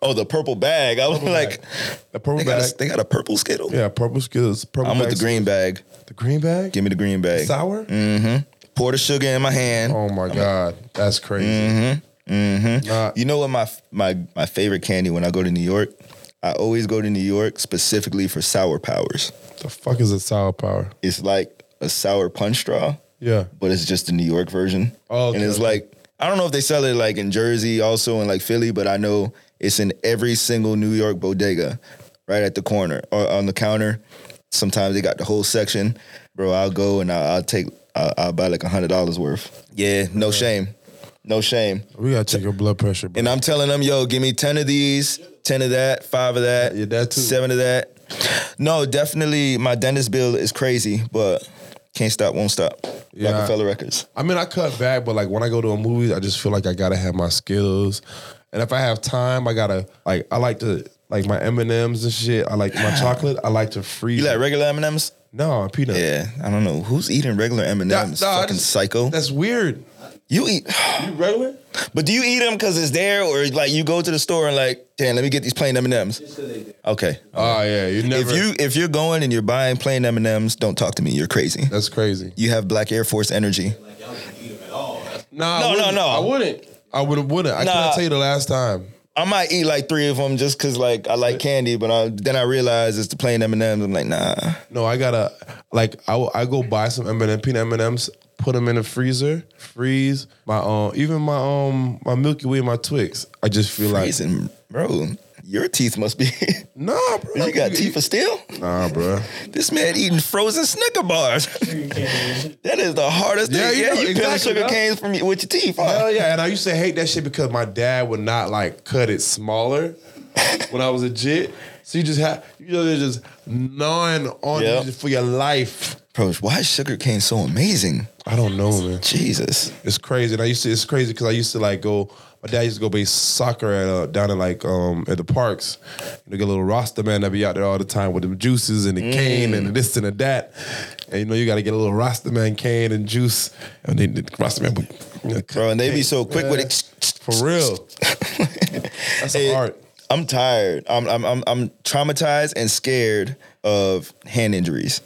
S1: oh the purple bag. I was like,
S2: the purple
S1: they
S2: bag.
S1: got, a, they got a purple skittle.
S2: yeah, purple Skittles. Purple
S1: I'm with the
S2: bags.
S1: green bag.
S2: The green bag.
S1: Give me the green bag.
S2: Sour.
S1: Pour the sugar in my hand.
S2: Oh my god, that's crazy. Mm-hmm. Mm-hmm. Nah,
S1: You know what my my my favorite candy when I go to New York? I always go to New York specifically for sour powers.
S2: the fuck is a sour power?
S1: It's like a sour punch straw.
S2: Yeah.
S1: but it's just the New York version.
S2: Oh, okay,
S1: and it's
S2: okay.
S1: like I don't know if they sell it like in Jersey, also in like Philly, but I know it's in every single New York bodega, right at the corner or on the counter. Sometimes they got the whole section, bro. I'll go and I'll, I'll take, I'll, I'll buy like a hundred dollars worth. Yeah, no shame, no shame.
S2: We gotta check your blood pressure, bro.
S1: And I'm telling them, yo, give me ten of these, ten of that, five of that,
S2: Yeah, that too.
S1: seven of that. No, definitely, my dentist bill is crazy, but can't stop, won't stop.
S2: Yeah.
S1: Rockefeller Records.
S2: I mean, I cut back, but like when I go to a movie, I just feel like I gotta have my skills, and if I have time, I gotta like I like to like my M and M's and shit. I like
S1: *sighs*
S2: my chocolate. I like to freeze.
S1: You
S2: it.
S1: like regular M and M's?
S2: no peanut.
S1: Yeah, I don't know who's eating regular M and
S2: Nah,
S1: M's.
S2: nah, I
S1: Fucking
S2: just-
S1: psycho.
S2: That's weird.
S1: You eat,
S2: You regular?
S1: but do you eat them because it's there, or like you go to the store and like, damn, let me get these plain M and M's? Okay.
S2: Oh yeah, you never.
S1: If you if you're going and you're buying plain M and M's, don't talk to me. You're crazy.
S2: that's crazy.
S1: You have black Air Force energy.
S2: Nah,
S1: No,
S2: I
S1: no,
S2: wouldn't.
S1: no.
S2: I wouldn't. I would wouldn't. I
S1: Nah.
S2: cannot tell you the last time.
S1: I might eat like three of them just because like I like candy, but I, then I realize it's the plain M and M's. I'm like, nah.
S2: No, I gotta like I, will- I go buy some M and M peanut M and M's, put them in the freezer, freeze my um even my um my Milky Way, my Twix. I just feel like
S1: Reason, bro. Your teeth must be. *laughs*
S2: Nah, bro.
S1: you got teeth of steel?
S2: Nah, bro.
S1: This man eating frozen Snicker bars. that is the hardest
S2: Yeah,
S1: thing.
S2: you
S1: Yeah,
S2: know,
S1: you peel
S2: exactly,
S1: sugar
S2: dog.
S1: canes from your, with your teeth. huh?
S2: Hell yeah. And I used to hate that shit because my dad would not like cut it smaller *laughs* when I was a jit. So you just have you know just gnawing on
S1: Yep.
S2: it for your life.
S1: Bro, why is sugar cane so amazing?
S2: I don't know, man.
S1: Jesus.
S2: It's crazy. And I used to. It's crazy because I used to like go. My dad used to go play soccer at uh, down at like um at the parks. You know, get a little roster man that be out there all the time with the juices and the cane
S1: Mm.
S2: and the this and the that. And you know, you got to get a little roster man cane and juice. And then the roster man, would, you know, cut
S1: Bro, and they be so quick with it.
S2: for
S1: *laughs*
S2: real. That's
S1: Hey,
S2: art.
S1: I'm tired. I'm, I'm I'm I'm traumatized and scared of hand injuries.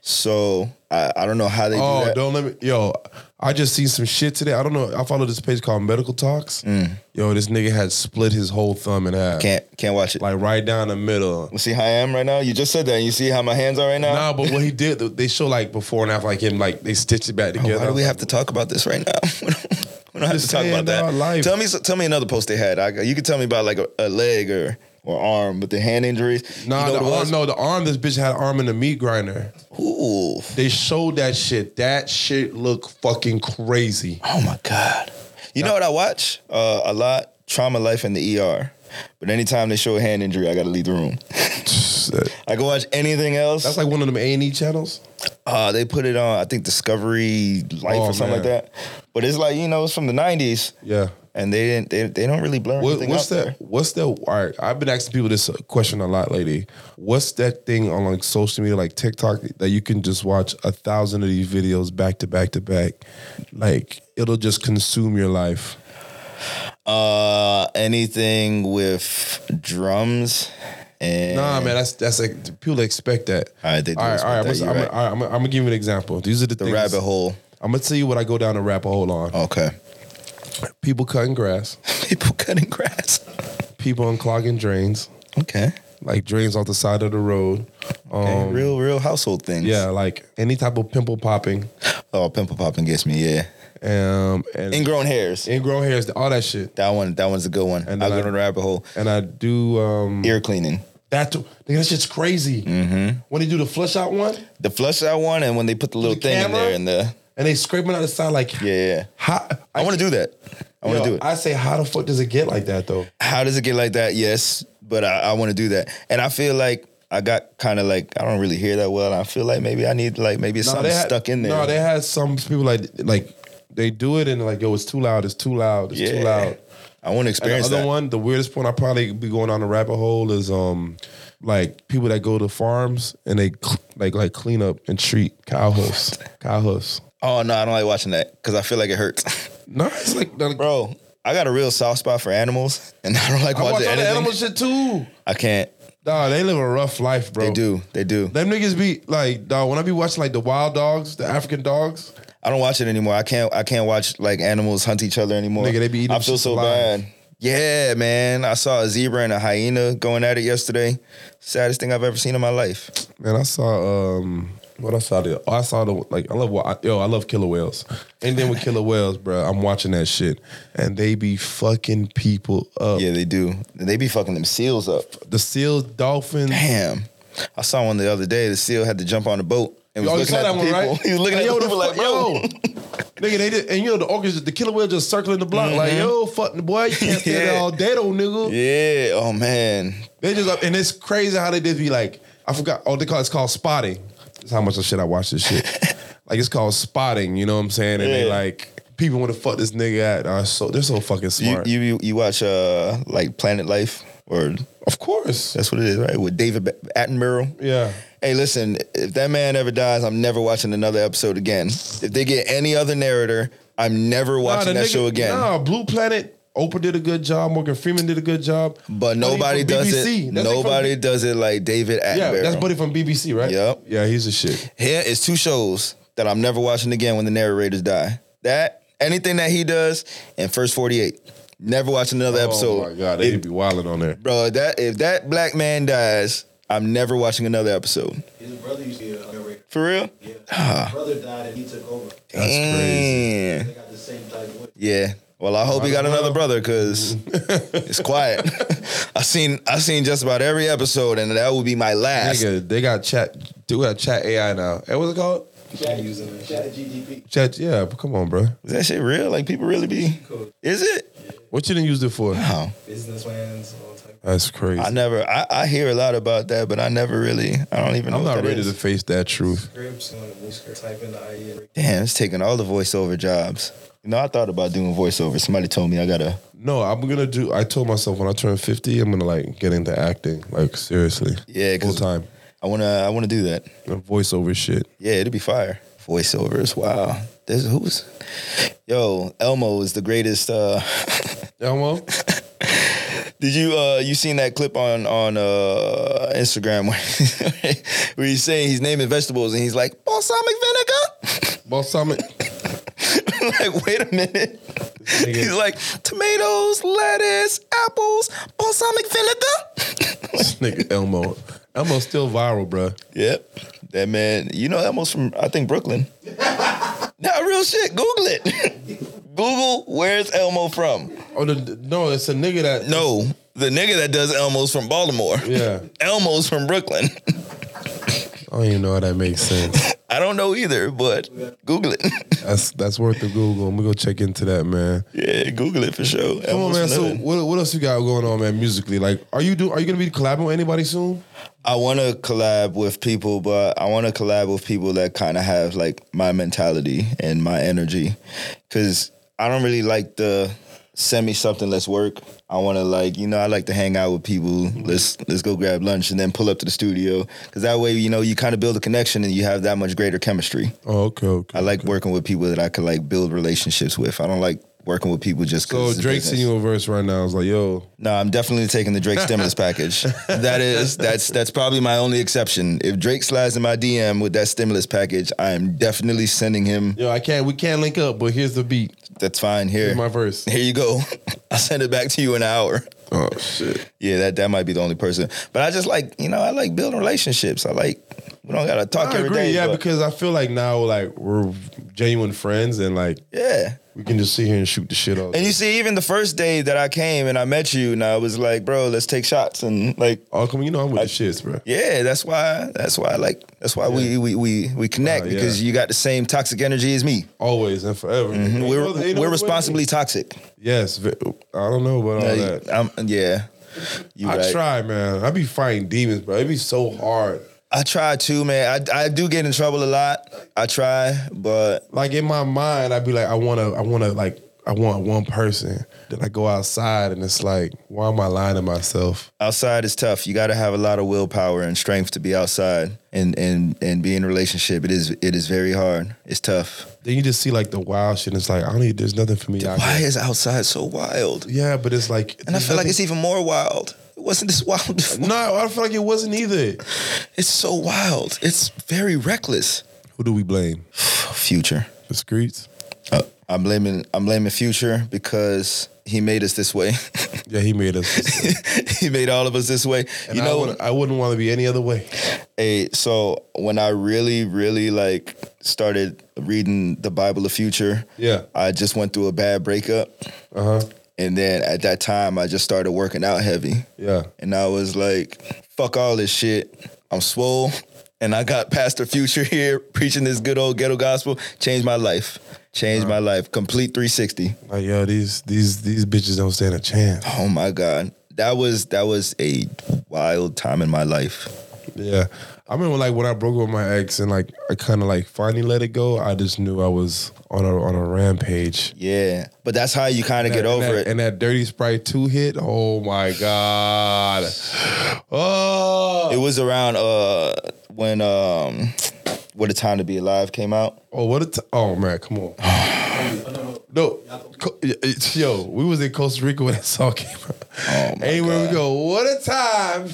S1: So I, I don't know how they
S2: Oh,
S1: do that.
S2: don't let me. Yo, I just seen some shit today. I don't know. I follow this page called Medical Talks. Yo, this nigga had split his whole thumb in half,
S1: Mm. Can't can't watch it.
S2: like right down the middle.
S1: see how I am right now? You just said that. And you see how my hands are right now?
S2: No, but what he did, they show like before and after, like him, like they stitched it back together.
S1: Oh, Why do we have to talk about this right now? *laughs* we don't- we don't have to
S2: Just
S1: talk
S2: saying,
S1: about that.
S2: dog, life.
S1: Tell me, tell me another post they had. I, you could tell me about like a, a leg or or arm, but the hand injuries.
S2: Nah,
S1: you know
S2: the
S1: what it
S2: arm,
S1: was?
S2: no, the arm. This bitch had an arm in the meat grinder.
S1: Ooh,
S2: They showed that shit. That shit looked fucking crazy.
S1: oh my god! You know what I watch uh, a lot? Trauma Life in the ER. But anytime they show a hand injury, I gotta leave the room.
S2: That's
S1: I can watch anything else.
S2: like one of them A and E channels.
S1: uh, they put it on, I think Discovery Life
S2: Oh,
S1: or something like
S2: man.
S1: that. But it's like you know, it's from the '90s,
S2: Yeah.
S1: and they didn't, they, they don't really blur
S2: What,
S1: anything
S2: what's
S1: out
S2: that?
S1: there.
S2: What's that? All right, I've been asking people this uh, question a lot lately. What's that thing on like social media, like TikTok, that you can just watch a thousand of these videos back to back to back? Like it'll just consume your life.
S1: Uh, anything with drums and
S2: Nah, man, that's that's like people expect that.
S1: All right, they do
S2: All right,
S1: expect
S2: all right. I'm gonna,
S1: that, you're
S2: I'm,
S1: right.
S2: gonna, I'm, gonna, I'm gonna give you an example. These are the,
S1: the
S2: things.
S1: rabbit hole.
S2: I'm gonna tell you what I go down a rabbit hole on.
S1: Okay, *laughs*
S2: People cutting grass.
S1: people cutting grass.
S2: People unclogging drains,
S1: Okay,
S2: like drains off the side of the road. Um,
S1: Hey, real real household things.
S2: Yeah, like any type of pimple popping,
S1: Oh, pimple popping gets me. Yeah,
S2: um, and
S1: ingrown hairs.
S2: ingrown hairs, all that shit.
S1: That one. That one's a good one.
S2: And then
S1: I go
S2: I-
S1: to the rabbit hole.
S2: And I do um,
S1: Ear cleaning.
S2: that. Nigga, that shit's crazy.
S1: Mm-hmm.
S2: When they do the flush out one,
S1: The flush out one, and when they put the little
S2: The
S1: thing in
S2: camera?
S1: there, and the
S2: and they scraping out the side, like
S1: yeah, yeah.
S2: how?
S1: I, want to do that. I want to
S2: yo,
S1: do it.
S2: I say, how the fuck does it get like that though?
S1: how does it get like that? Yes, but I, I want to do that, and I feel like I got kind of like I don't really hear that well. I feel like maybe I need like maybe it's
S2: No,
S1: something
S2: they had-
S1: stuck in there.
S2: No, they had some people like like they do it and they're like, yo, it's too loud, it's too loud, it's
S1: Yeah.
S2: too loud.
S1: I want
S2: And
S1: to
S2: the
S1: experience
S2: other
S1: that.
S2: one, the weirdest point I probably be going on a rabbit hole is um like people that go to farms and they cl- like like clean up and treat cow hoofs, cow hoofs.
S1: Oh no, I don't like watching that because I feel like it hurts, *laughs*
S2: No, it's like, like
S1: bro. I got a real soft spot for animals, *laughs* and I don't like
S2: I watch all
S1: watching
S2: the
S1: anything.
S2: animal shit too.
S1: I can't.
S2: Nah, they live a rough life, bro.
S1: They do. They do.
S2: Them niggas be like, dog. When I be watching like the wild dogs, the African dogs,
S1: I don't watch it anymore. I can't. I can't watch like animals hunt each other anymore.
S2: Nigga, they be eating
S1: I feel
S2: shit
S1: so
S2: alive.
S1: bad. Yeah, man. I saw a zebra and a hyena going at it yesterday. Saddest thing I've ever seen in my life.
S2: Man, I saw um what I saw the oh, I saw the like I love wa- yo I love killer whales. And then with killer whales, bro, I'm watching that shit and they be fucking people up.
S1: Yeah, they do. They be fucking them seals up.
S2: The seals, dolphins.
S1: Damn. I saw one the other day. The seal had to jump on the boat and was
S2: Oh, you
S1: looking
S2: saw
S1: at
S2: that
S1: the
S2: one,
S1: people.
S2: right?
S1: *laughs* He was looking at
S2: yo,
S1: the people like,
S2: fuck-
S1: bro.
S2: yo. *laughs* nigga, they did, and you know the orcas, the killer whale just circling the block, like, yo, fuck the boy, you can't stay there
S1: Mm-hmm. *laughs* Yeah.
S2: all day though, nigga.
S1: Yeah. Oh man.
S2: They just up, and it's crazy how they did be like, I forgot. Oh, they call it's called spotting. That's how much of shit I watch this
S1: *laughs*
S2: shit. like it's called spotting. You know what I'm saying? And they
S1: Yeah.
S2: like people want to fuck this nigga at. Are so they're so fucking
S1: You,
S2: smart.
S1: you you you watch uh like Planet Life or
S2: of course.
S1: that's what it is right with David Ba- Attenborough.
S2: Yeah.
S1: Hey, listen. If that man ever dies, I'm never watching another episode again. If they get any other narrator, I'm never watching
S2: Nah, the
S1: that
S2: nigga-
S1: show again.
S2: Nah, Blue Planet. Oprah did a good job. Morgan Freeman did a good job.
S1: But nobody does it. Nobody does it like David Attenborough.
S2: yeah, that's buddy from BBC, right?
S1: Yep.
S2: Yeah, he's a shit.
S1: Here is two shows that I'm never watching again when the narrators die. That anything that he does in first 48. Never watching another episode.
S2: oh my god, they
S1: If-
S2: would be wilding on there.
S1: bro, that if that black man dies, I'm never watching another episode.
S3: His brother used to be a narrator.
S1: For real?
S3: Yeah. His brother died and he took over.
S2: That's crazy.
S1: Mm.
S3: They got the same type of voice.
S1: Yeah. Well, I hope he
S2: Might
S1: got
S2: as well.
S1: another brother
S2: *laughs*
S1: because it's quiet. *laughs* I seen I seen just about every episode, and that would be my last.
S2: Nigga, they got chat. Do got chat AI now? Hey, what's it called?
S3: Chat using Chat GDP.
S2: Chat. Yeah, but come on, bro.
S1: Is that shit real? Like people really be? Is it?
S2: What you didn't use it for?
S1: No,
S3: Business plans, all type.
S2: That's crazy.
S1: I never. I, I hear a lot about that, but I never really. I don't even know.
S2: I'm
S1: what
S2: not
S1: that
S2: ready to
S1: is.
S2: face that truth.
S3: Scripts on the new script. Type in the E. IE.
S1: Damn, it's taking all the voiceover jobs. You know, I thought about doing voiceover. Somebody told me I gotta.
S2: No, I'm gonna do. I told myself when I turn 50, I'm gonna like get into acting. Like seriously,
S1: Yeah,
S2: full
S1: cause
S2: time.
S1: I wanna. I wanna do that.
S2: And voiceover shit.
S1: Yeah, it'll be fire. Voiceovers. Wow. There's who's. Yo, Elmo is the greatest. uh
S2: Elmo.
S1: Did you uh you seen that clip on on uh Instagram *laughs* where, where he's saying he's naming vegetables and he's like balsamic vinegar? *laughs*
S2: Balsamic.
S1: like wait a minute.
S2: nigga-
S1: He's like tomatoes, lettuce, apples, balsamic vinegar.
S2: This nigga Elmo. Elmo's still viral, bro.
S1: yep. That man, you know Elmo's from I think
S2: *laughs*
S1: Brooklyn. Not real shit. Google it. *laughs* Google where's Elmo from?
S2: Oh the, no, it's a nigga that.
S1: No, the nigga that does Elmo's from Baltimore.
S2: Yeah.
S1: Elmo's from Brooklyn. *laughs*
S2: I don't even know how that makes sense.
S1: I don't know either, but Google it. *laughs*
S2: That's that's worth the Google. I'm gonna go check into that, man.
S1: yeah, Google it for sure.
S2: Come on,
S1: Elmo's
S2: man.
S1: from
S2: So
S1: London.
S2: what, what else you got going on, man? Musically, like, are you do? Are you gonna be collabing with anybody soon?
S1: I want to collab with people, but I want to collab with people that kind of have like my mentality and my energy, because I don't really like the send me something. Let's work. I want to like you know I like to hang out with people. Let's let's go grab lunch and then pull up to the studio, because that way you know you kind of build a connection and you have that much greater chemistry.
S2: Oh, okay, okay.
S1: I like working with people that I could like build relationships with. I don't like working with people just
S2: So
S1: because.
S2: Drake sent you a verse right now. I was like, yo,
S1: No, I'm definitely taking the
S2: *laughs*
S1: Drake stimulus package. That is, that's that's probably my only exception. If Drake slides in my DM with that stimulus package, I am definitely sending him.
S2: yo, I can't. We can't link up, but here's the beat.
S1: That's fine. Here,
S2: Here's my verse.
S1: here you go. *laughs* I'll send it back to you in an hour.
S2: *laughs* Oh shit.
S1: Yeah, that that might be the only person. But I just like you know I like building relationships. I like we don't gotta talk
S2: I
S1: every day.
S2: agree. Yeah,
S1: but-
S2: because I feel like now, like we're genuine friends, and like
S1: yeah.
S2: we can just sit here and shoot the shit off.
S1: And you see, even the first day that I came and I met you, and I was like, bro, let's take shots and like
S2: oh, come on, you know I'm with the shits, bro.
S1: Yeah, that's why. That's why. Like that's why we we we we connect
S2: Uh, yeah.
S1: because you got the same toxic energy as me.
S2: Always and forever. Ain't no
S1: We're
S2: other- ain't no other way.
S1: we're responsibly toxic.
S2: Yes, ve- I don't know about all that.
S1: Like, I'm, yeah, you
S2: I
S1: right.
S2: try, man. I be fighting demons, bro. It be so hard.
S1: I try too, man. I I do get in trouble a lot. I try, but
S2: Like in my mind, I'd be like, I wanna, I wanna, like, I want one person. Then I go outside and it's like, why am I lying to myself?
S1: outside is tough. You got to have a lot of willpower and strength to be outside and and and be in a relationship. It is it is very hard. It's tough.
S2: Then you just see like the wild shit. And it's like, I don't need. There's nothing for me. out
S1: Why
S2: here.
S1: is outside so wild?
S2: Yeah, but it's like,
S1: And I feel like it's even more wild. It wasn't this wild *laughs* before.
S2: no. I feel like it wasn't either.
S1: It's so wild. It's very reckless.
S2: Who do we blame?
S1: Future.
S2: The streets.
S1: Uh, I'm blaming I'm blaming Future because he made us this way. *laughs*
S2: Yeah, he made us. *laughs*
S1: he made all of us this way.
S2: And
S1: you
S2: I,
S1: know,
S2: wouldn't, I wouldn't want to be any other way.
S1: hey, so when I really, really like started reading the Bible of Future,
S2: Yeah.
S1: I just went through a bad breakup.
S2: Uh huh.
S1: And then at that time I just started working out heavy.
S2: Yeah.
S1: And I was like, fuck all this shit. I'm swole. And I got *laughs* Pastor Future here preaching this good old ghetto gospel. Changed my life. Changed
S2: Uh-huh.
S1: my life. Complete 360.
S2: Like yo, these these these bitches don't stand a chance.
S1: Oh my God. That was that was a wild time in my life.
S2: Yeah. I remember like when I broke up with my ex and like I kind of like finally let it go. I just knew I was on a on a rampage.
S1: Yeah. But that's how you kind of get
S2: And
S1: over
S2: that-
S1: it.
S2: And that dirty Sprite 2 hit. Oh my god. Oh.
S1: it was around uh when um What a Time to Be Alive came out.
S2: oh what a t- Oh man, come on.
S3: Oh,
S2: no. Co- it's- Yo, we was in Costa Rica when that song came out.
S1: Oh my
S2: Anywhere
S1: God.
S2: we go, what a time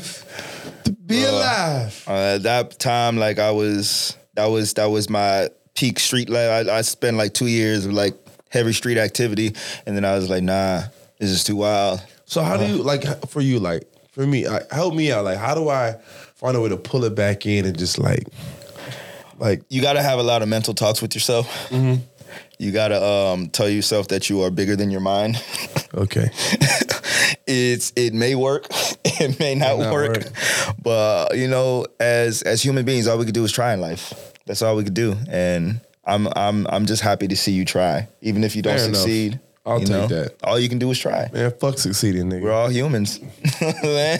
S2: to be alive.
S1: Uh, at that time, like I was, that was that was my peak street life. I, I spent like two years of like heavy street activity, and then I was like, nah, this is too wild.
S2: So how do you like h- for you like for me like, help me out like how do I find a way to pull it back in and just like like Mm-hmm.
S1: You got to have a lot of mental talks with yourself. You gotta um, tell yourself that you are bigger than your mind.
S2: Okay.
S1: *laughs* it's it may work, *laughs* it may not,
S2: Not
S1: work,
S2: work.
S1: *laughs* but you know, as as human beings, all we could do is try in life. That's all we could do, and I'm I'm I'm just happy to see you try, even if you don't
S2: Fair enough.
S1: succeed.
S2: I'll
S1: you
S2: take
S1: know,
S2: that.
S1: All you can do is try.
S2: Man, fuck succeeding, nigga.
S1: We're all humans, *laughs* man.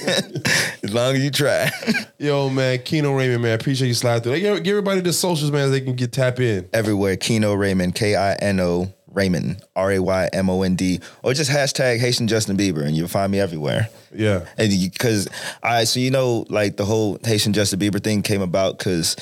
S1: as long as you try. *laughs*
S2: Yo, man, Keno Raymond, man, appreciate you sliding through. Like, give, give everybody the socials, man, so they can get tap in.
S1: Everywhere, Kino Raymond, K I N O Raymond, R A Y M O N D, or just hashtag Haitian Justin Bieber, and you'll find me everywhere.
S2: Yeah.
S1: And because I, so you know, like the whole Haitian Justin Bieber thing came about because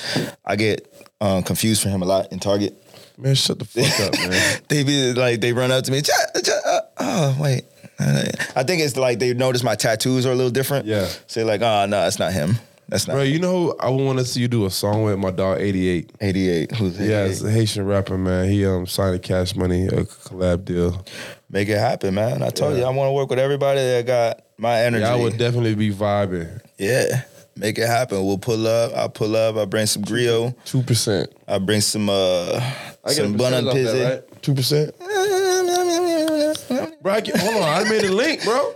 S1: I get um, confused for him a lot in Target.
S2: Man, shut the fuck up, man.
S1: They be like, they run up to me. "Ja- ja- uh, oh wait, I think it's like they notice my tattoos are a little different.
S2: Yeah.
S1: so they're like, oh no, that's not him. That's
S2: *laughs*
S1: not
S2: Bro, you know who I want to see you do a song with my dog 88.
S1: 88. Who's 88?
S2: Yeah, it's a Haitian rapper, man. He um signed a cash money, a collab deal.
S1: make it happen, man. I told
S2: Yeah.
S1: you, I want to work with everybody that got my energy.
S2: Yeah,
S1: Yeah,
S2: I would definitely be vibing.
S1: make it happen. We'll pull up. I'll pull up. I'll bring some griot.
S2: Two percent.
S1: I'll bring some uh some bun and pizza.
S2: Two percent. Bro, I can, hold on, I made a link, bro.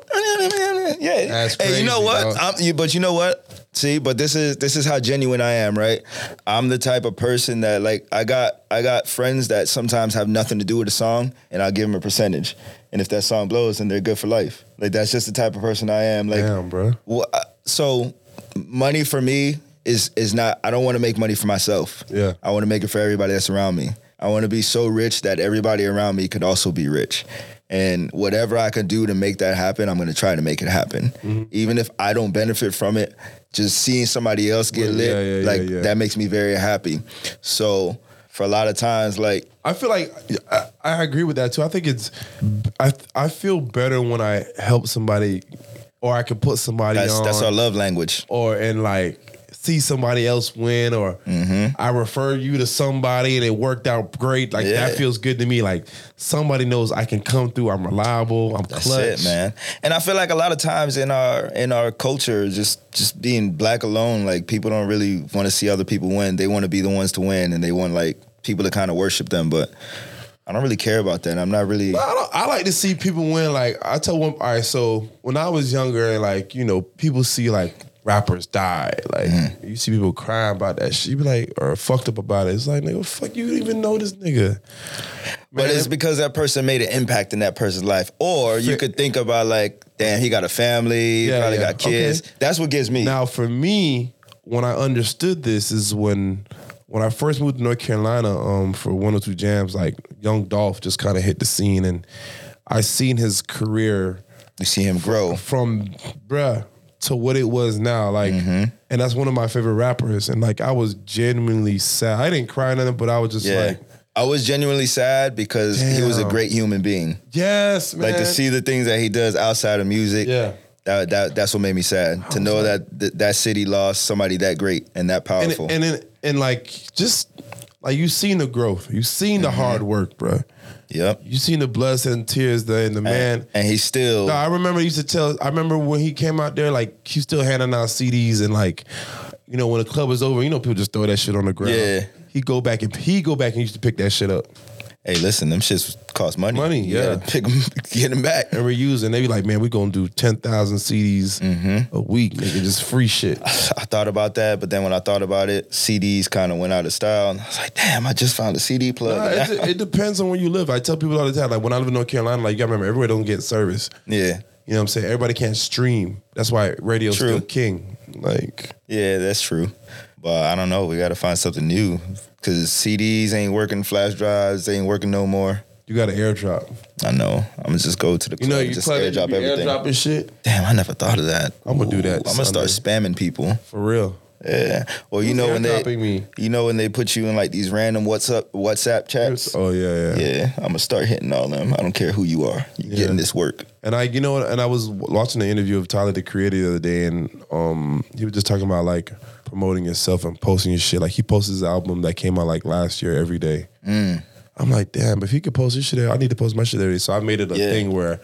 S1: Yeah,
S2: That's
S1: Hey, you
S2: crazy,
S1: know what?
S2: dog.
S1: I'm, you, but you know what? See, but this is this is how genuine I am, right? I'm the type of person that like I got I got friends that sometimes have nothing to do with a song, and I'll give them a percentage, and if that song blows, then they're good for life. Like that's just the type of person I am. Like
S2: Damn, bro.
S1: Well, I- so money for me is is not. I don't want to make money for myself.
S2: Yeah.
S1: I want to make it for everybody that's around me. I want to be so rich that everybody around me could also be rich. And whatever I can do to make that happen, I'm going to try to make it happen.
S2: Mm-hmm.
S1: Even if I don't benefit from it, just seeing somebody else get
S2: Yeah,
S1: lit,
S2: yeah, yeah,
S1: like
S2: yeah.
S1: that makes me very happy. So for a lot of times, like
S2: I feel like I, I agree with that too. I think it's I I feel better when I help somebody or I can put somebody
S1: that's
S2: on
S1: that's our love language.
S2: or and like see somebody else win or
S1: Mm-hmm.
S2: I refer you to somebody and it worked out great. Like
S1: Yeah.
S2: that feels good to me. Like somebody knows I can come through. I'm reliable. I'm
S1: That's
S2: clutch.
S1: it, man. And I feel like a lot of times in our in our culture, just just being black alone, like people don't really want to see other people win. They want to be the ones to win, and they want like people to kind of worship them. But I don't really care about that. I'm not really.
S2: I, don't, I like to see people win. Like I tell one, all right. So when I was younger, and like you know, people see like rappers die. Like
S1: Mm-hmm.
S2: you see people crying about that shit. You be like, or fucked up about it. It's like, nigga, fuck you. Don't even know this nigga.
S1: But
S2: Man.
S1: it's because that person made an impact in that person's life, or you could think about like, damn, he got a family,
S2: Yeah,
S1: probably
S2: yeah.
S1: got kids.
S2: Okay.
S1: That's what gives me.
S2: Now, for me, when I understood this is when when I first moved to North Carolina um, for one or two jams. Like Young Dolph just kind of hit the scene, and I seen his career
S1: you see him grow.
S2: from bruh to what it was now. Like,
S1: Mm-hmm.
S2: and that's one of my favorite rappers. And like, I was genuinely sad. I didn't cry nothing, but I was just
S1: Yeah.
S2: like,
S1: I was genuinely sad because he was a
S2: Damn.
S1: great human being.
S2: yes, man.
S1: Like to see the things that he does outside of music.
S2: Yeah.
S1: That, that that's what made me sad to know that th- that city lost somebody that great and that
S2: Oh, and
S1: powerful.
S2: and and, and like just like you seen the growth, you seen
S1: Mm-hmm.
S2: the hard work, bruh.
S1: yep.
S2: You seen the blood, sweat, and tears, the and the man.
S1: And, and he still
S2: No, I remember he used to tell. I remember when he came out there, like he still handing out CDs and like, you know, when the club was over, you know, people just throw that shit on the ground.
S1: Yeah.
S2: he go back and he go back and used to pick that shit up
S1: hey listen them shits cost money.
S2: Money,
S1: You
S2: yeah.
S1: gotta Pick 'em- *laughs* get them back.
S2: and reuse, and they be like, man, we gonna do ten thousand CDs
S1: Mm.
S2: a week, nigga, just free
S1: *laughs*
S2: shit.
S1: Mm-hmm. I thought about that, but then when I thought about it, CDs kind of went out of style. And I was like, damn, I just found a CD plug.
S2: Nah,
S1: *laughs*
S2: it, it depends on where you live. I tell people all the time, like when I live in North Carolina, like you gotta remember, everybody don't get service.
S1: yeah,
S2: You know what I'm saying? Everybody can't stream. That's why radio's
S1: True.
S2: still king. Like.
S1: yeah, that's true. But I don't know. We got to find something new because CDs ain't working. Flash drives ain't working no more.
S2: You got an airdrop.
S1: I know. I'm gonna just go to the
S2: You
S1: club
S2: know,
S1: and
S2: you
S1: just
S2: plug it,
S1: airdrop
S2: you be
S1: everything.
S2: airdropping shit.
S1: Damn, I never thought of that.
S2: I'm gonna do that
S1: I'm gonna start spamming people.
S2: For real.
S1: Yeah. Or you
S2: Who's
S1: know when they
S2: airdropping me?
S1: you know when they put you in like these random WhatsApp WhatsApp chats.
S2: Oh yeah, yeah.
S1: Yeah, I'm gonna start hitting all them. I don't care who you are. You
S2: Yeah.
S1: getting this work.
S2: And I, you know, and I was watching an interview of Tyler the Creator the other day, and um, he was just talking about like promoting yourself and posting your shit. Like he posted his album that came out like last year every day.
S1: Mm.
S2: I'm like, damn, if he could post his shit, I need to post my shit every day. So I made it a
S1: Yeah.
S2: thing where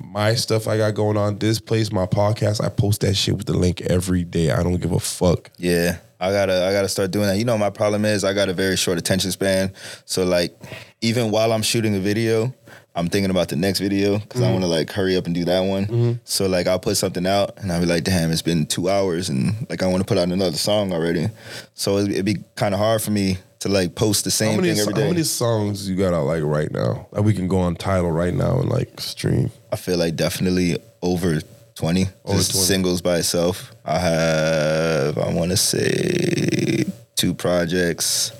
S2: my stuff I got going on, this place, my podcast, I post that shit with the link every day. I don't give a fuck.
S1: Yeah, I gotta I gotta start doing that. You know, my problem is I got a very short attention span. So like, even while I'm shooting a video, I'm thinking about the next video because
S2: Mm-hmm.
S1: I want to like hurry up and do that one. So like, I'll put something out and I'll be like, damn, it's been two hours and like I want to put out another song already. So it'd, it'd be kind of hard for me to like post the
S2: How
S1: same
S2: many,
S1: thing every
S2: how
S1: day.
S2: many songs you got out like right now? Like we can go on title right now and like stream.
S1: I feel like definitely over. 20
S2: Over
S1: just
S2: 20.
S1: singles by itself. I have, I want to say, two projects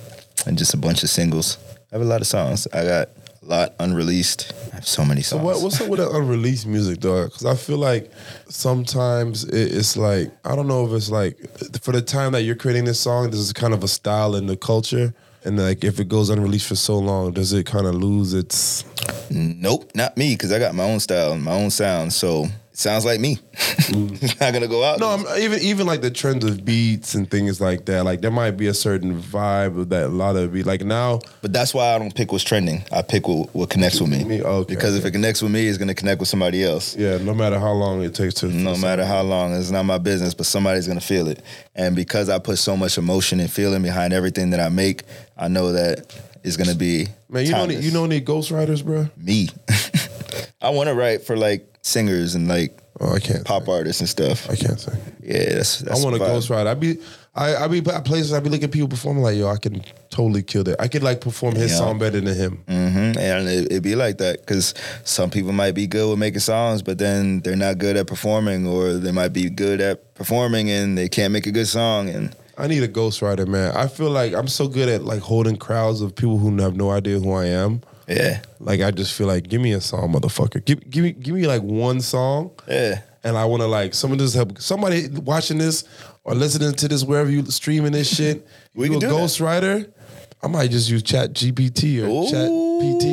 S1: and just a bunch of singles. I have a lot of songs. I got a lot unreleased. I have so many songs.
S2: What, what's up with that unreleased music, dog? Because I feel like sometimes it, it's like I don't know if it's like for the time that you're creating this song, this is kind of a style in the culture, and like if it goes unreleased for so long, does it kind of lose its?
S1: Nope, not me, because I got my own style and my own sound. So it sounds like me. it's *laughs* not going to go out.
S2: Mm. No, I'm, even even like the trends of beats and things like that. Like there might be a certain vibe of that a lot of be like now.
S1: But that's why I don't pick what's trending. I pick what, what connects with me.
S2: Me, okay,
S1: because if
S2: okay.
S1: it connects with me, it's going to connect with somebody else.
S2: Yeah, no matter how long it takes to.
S1: No matter how long, it's not my business, but somebody's gonna feel it. And because I put so much emotion and feeling behind everything that I make, I know that it's gonna be
S2: Man, you don't need,
S1: timeless.
S2: you don't need ghostwriters, bro.
S1: me. *laughs* I want to write for like singers and like
S2: Oh, I can't.
S1: pop artists and stuff.
S2: I can't say.
S1: Yeah, that's, that's
S2: I want a
S1: the vibe.
S2: ghost ride. I be I, I be at places I be looking at people performing like yo, I can totally kill that. I could like perform his
S1: Yeah.
S2: song better than him.
S1: hmm And it, it be like that because some people might be good with making songs, but then they're not good at performing, or they might be good at performing and they can't make a good song. And
S2: I need a ghostwriter, man. I feel like I'm so good at like holding crowds of people who have no idea who I am.
S1: yeah,
S2: Like I just feel like give me a song, motherfucker. Give give me give me like one song.
S1: yeah.
S2: And I want to like someone just help somebody watching this or listening to this wherever you streaming
S1: *laughs*
S2: this shit.
S1: We
S2: you
S1: can
S2: a
S1: do that.
S2: ghostwriter? I might just use Chat GPT or Chat PT.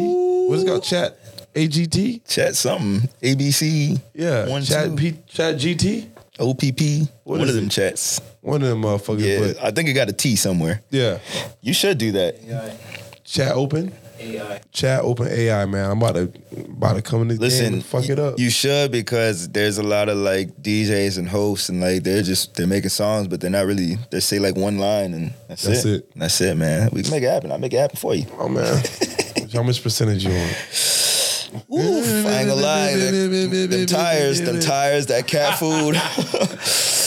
S2: What's it called? Chat AGT.
S1: Chat something. ABC.
S2: Yeah,
S1: One
S2: Chat
S1: two.
S2: P, Chat GT.
S1: OPP.
S2: What
S1: one
S2: is
S1: of them
S2: it?
S1: chats.
S2: One of them motherfuckers.
S1: Yeah,
S2: But
S1: I think it got a T somewhere.
S2: yeah,
S1: You should do that.
S3: AI.
S2: Chat open.
S3: AI.
S2: Chat open AI man. I'm about to about to come in this game
S1: Listen,
S2: and fuck it
S1: y-
S2: up.
S1: You should because there's a lot of like DJs and hosts and like they're just they're making songs, but they're not really they say like one line and that's,
S2: That's
S1: it.
S2: it.
S1: That's it, man. We can make it happen. I'll make it happen for you.
S2: oh
S1: *laughs*
S2: man, how much percentage you want?
S1: Oof, I ain't gonna lie. Them, them tires, them tires, that cat
S2: *laughs*
S1: food.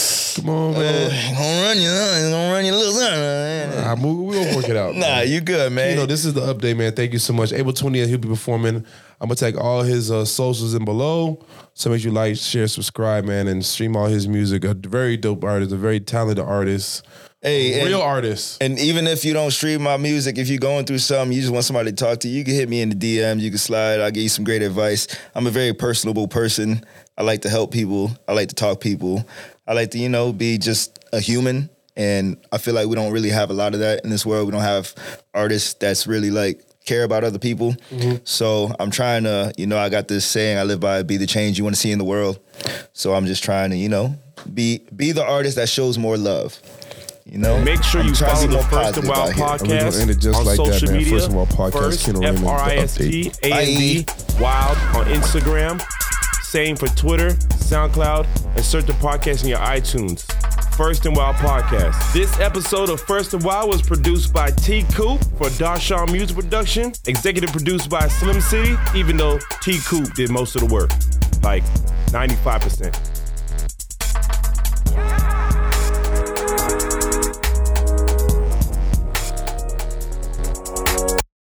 S1: *laughs*
S2: Come on
S1: Oh,
S2: man.
S1: don't run you, don't run your little.
S2: I move, we gonna work it out.
S1: *laughs* Nah,
S2: man.
S1: you good, man.
S2: You know, this is the update, man. Thank you so much. April 20th, he'll be performing. I'm gonna tag all his uh, socials in below. So make sure you like, share, subscribe, man, and stream all his music. A very dope artist, a very talented artist,
S1: hey, and-
S2: real artist.
S1: And even if you don't stream my music, if you're going through something, you just want somebody to talk to, you can hit me in the DM, you can slide, I'll give you some great advice. I'm a very personable person. I like to help people, I like to talk people. I like to, you know, be just a human. And I feel like we don't really have a lot of that in this world. We don't have artists that's really like care about other people. So I'm trying to, you know, I got this saying I live by be the change you want to see in the world. So I'm just trying to, you know, be be the artist that shows more love. You know,
S4: Make sure
S1: I'm
S4: you
S1: trying to
S4: follow
S1: be
S4: the
S1: more
S4: First and
S1: positive
S4: Wild
S1: out here.
S2: we gonna
S4: podcast
S2: end it just
S4: on
S2: like that,
S4: social
S2: man.
S4: media.
S2: First and Wild podcast,
S4: First,
S2: Keno Raymond, the
S4: F-R-I-S-T,
S2: update.
S4: A-N-D, Wild on Instagram. Same for Twitter, SoundCloud, and search the podcast in your iTunes. First and Wild Podcast. This episode of First and Wild was produced by T Coop for Darshawn Music Production. Executive produced by Slim City, even though T Coop did most of the work, like 95%.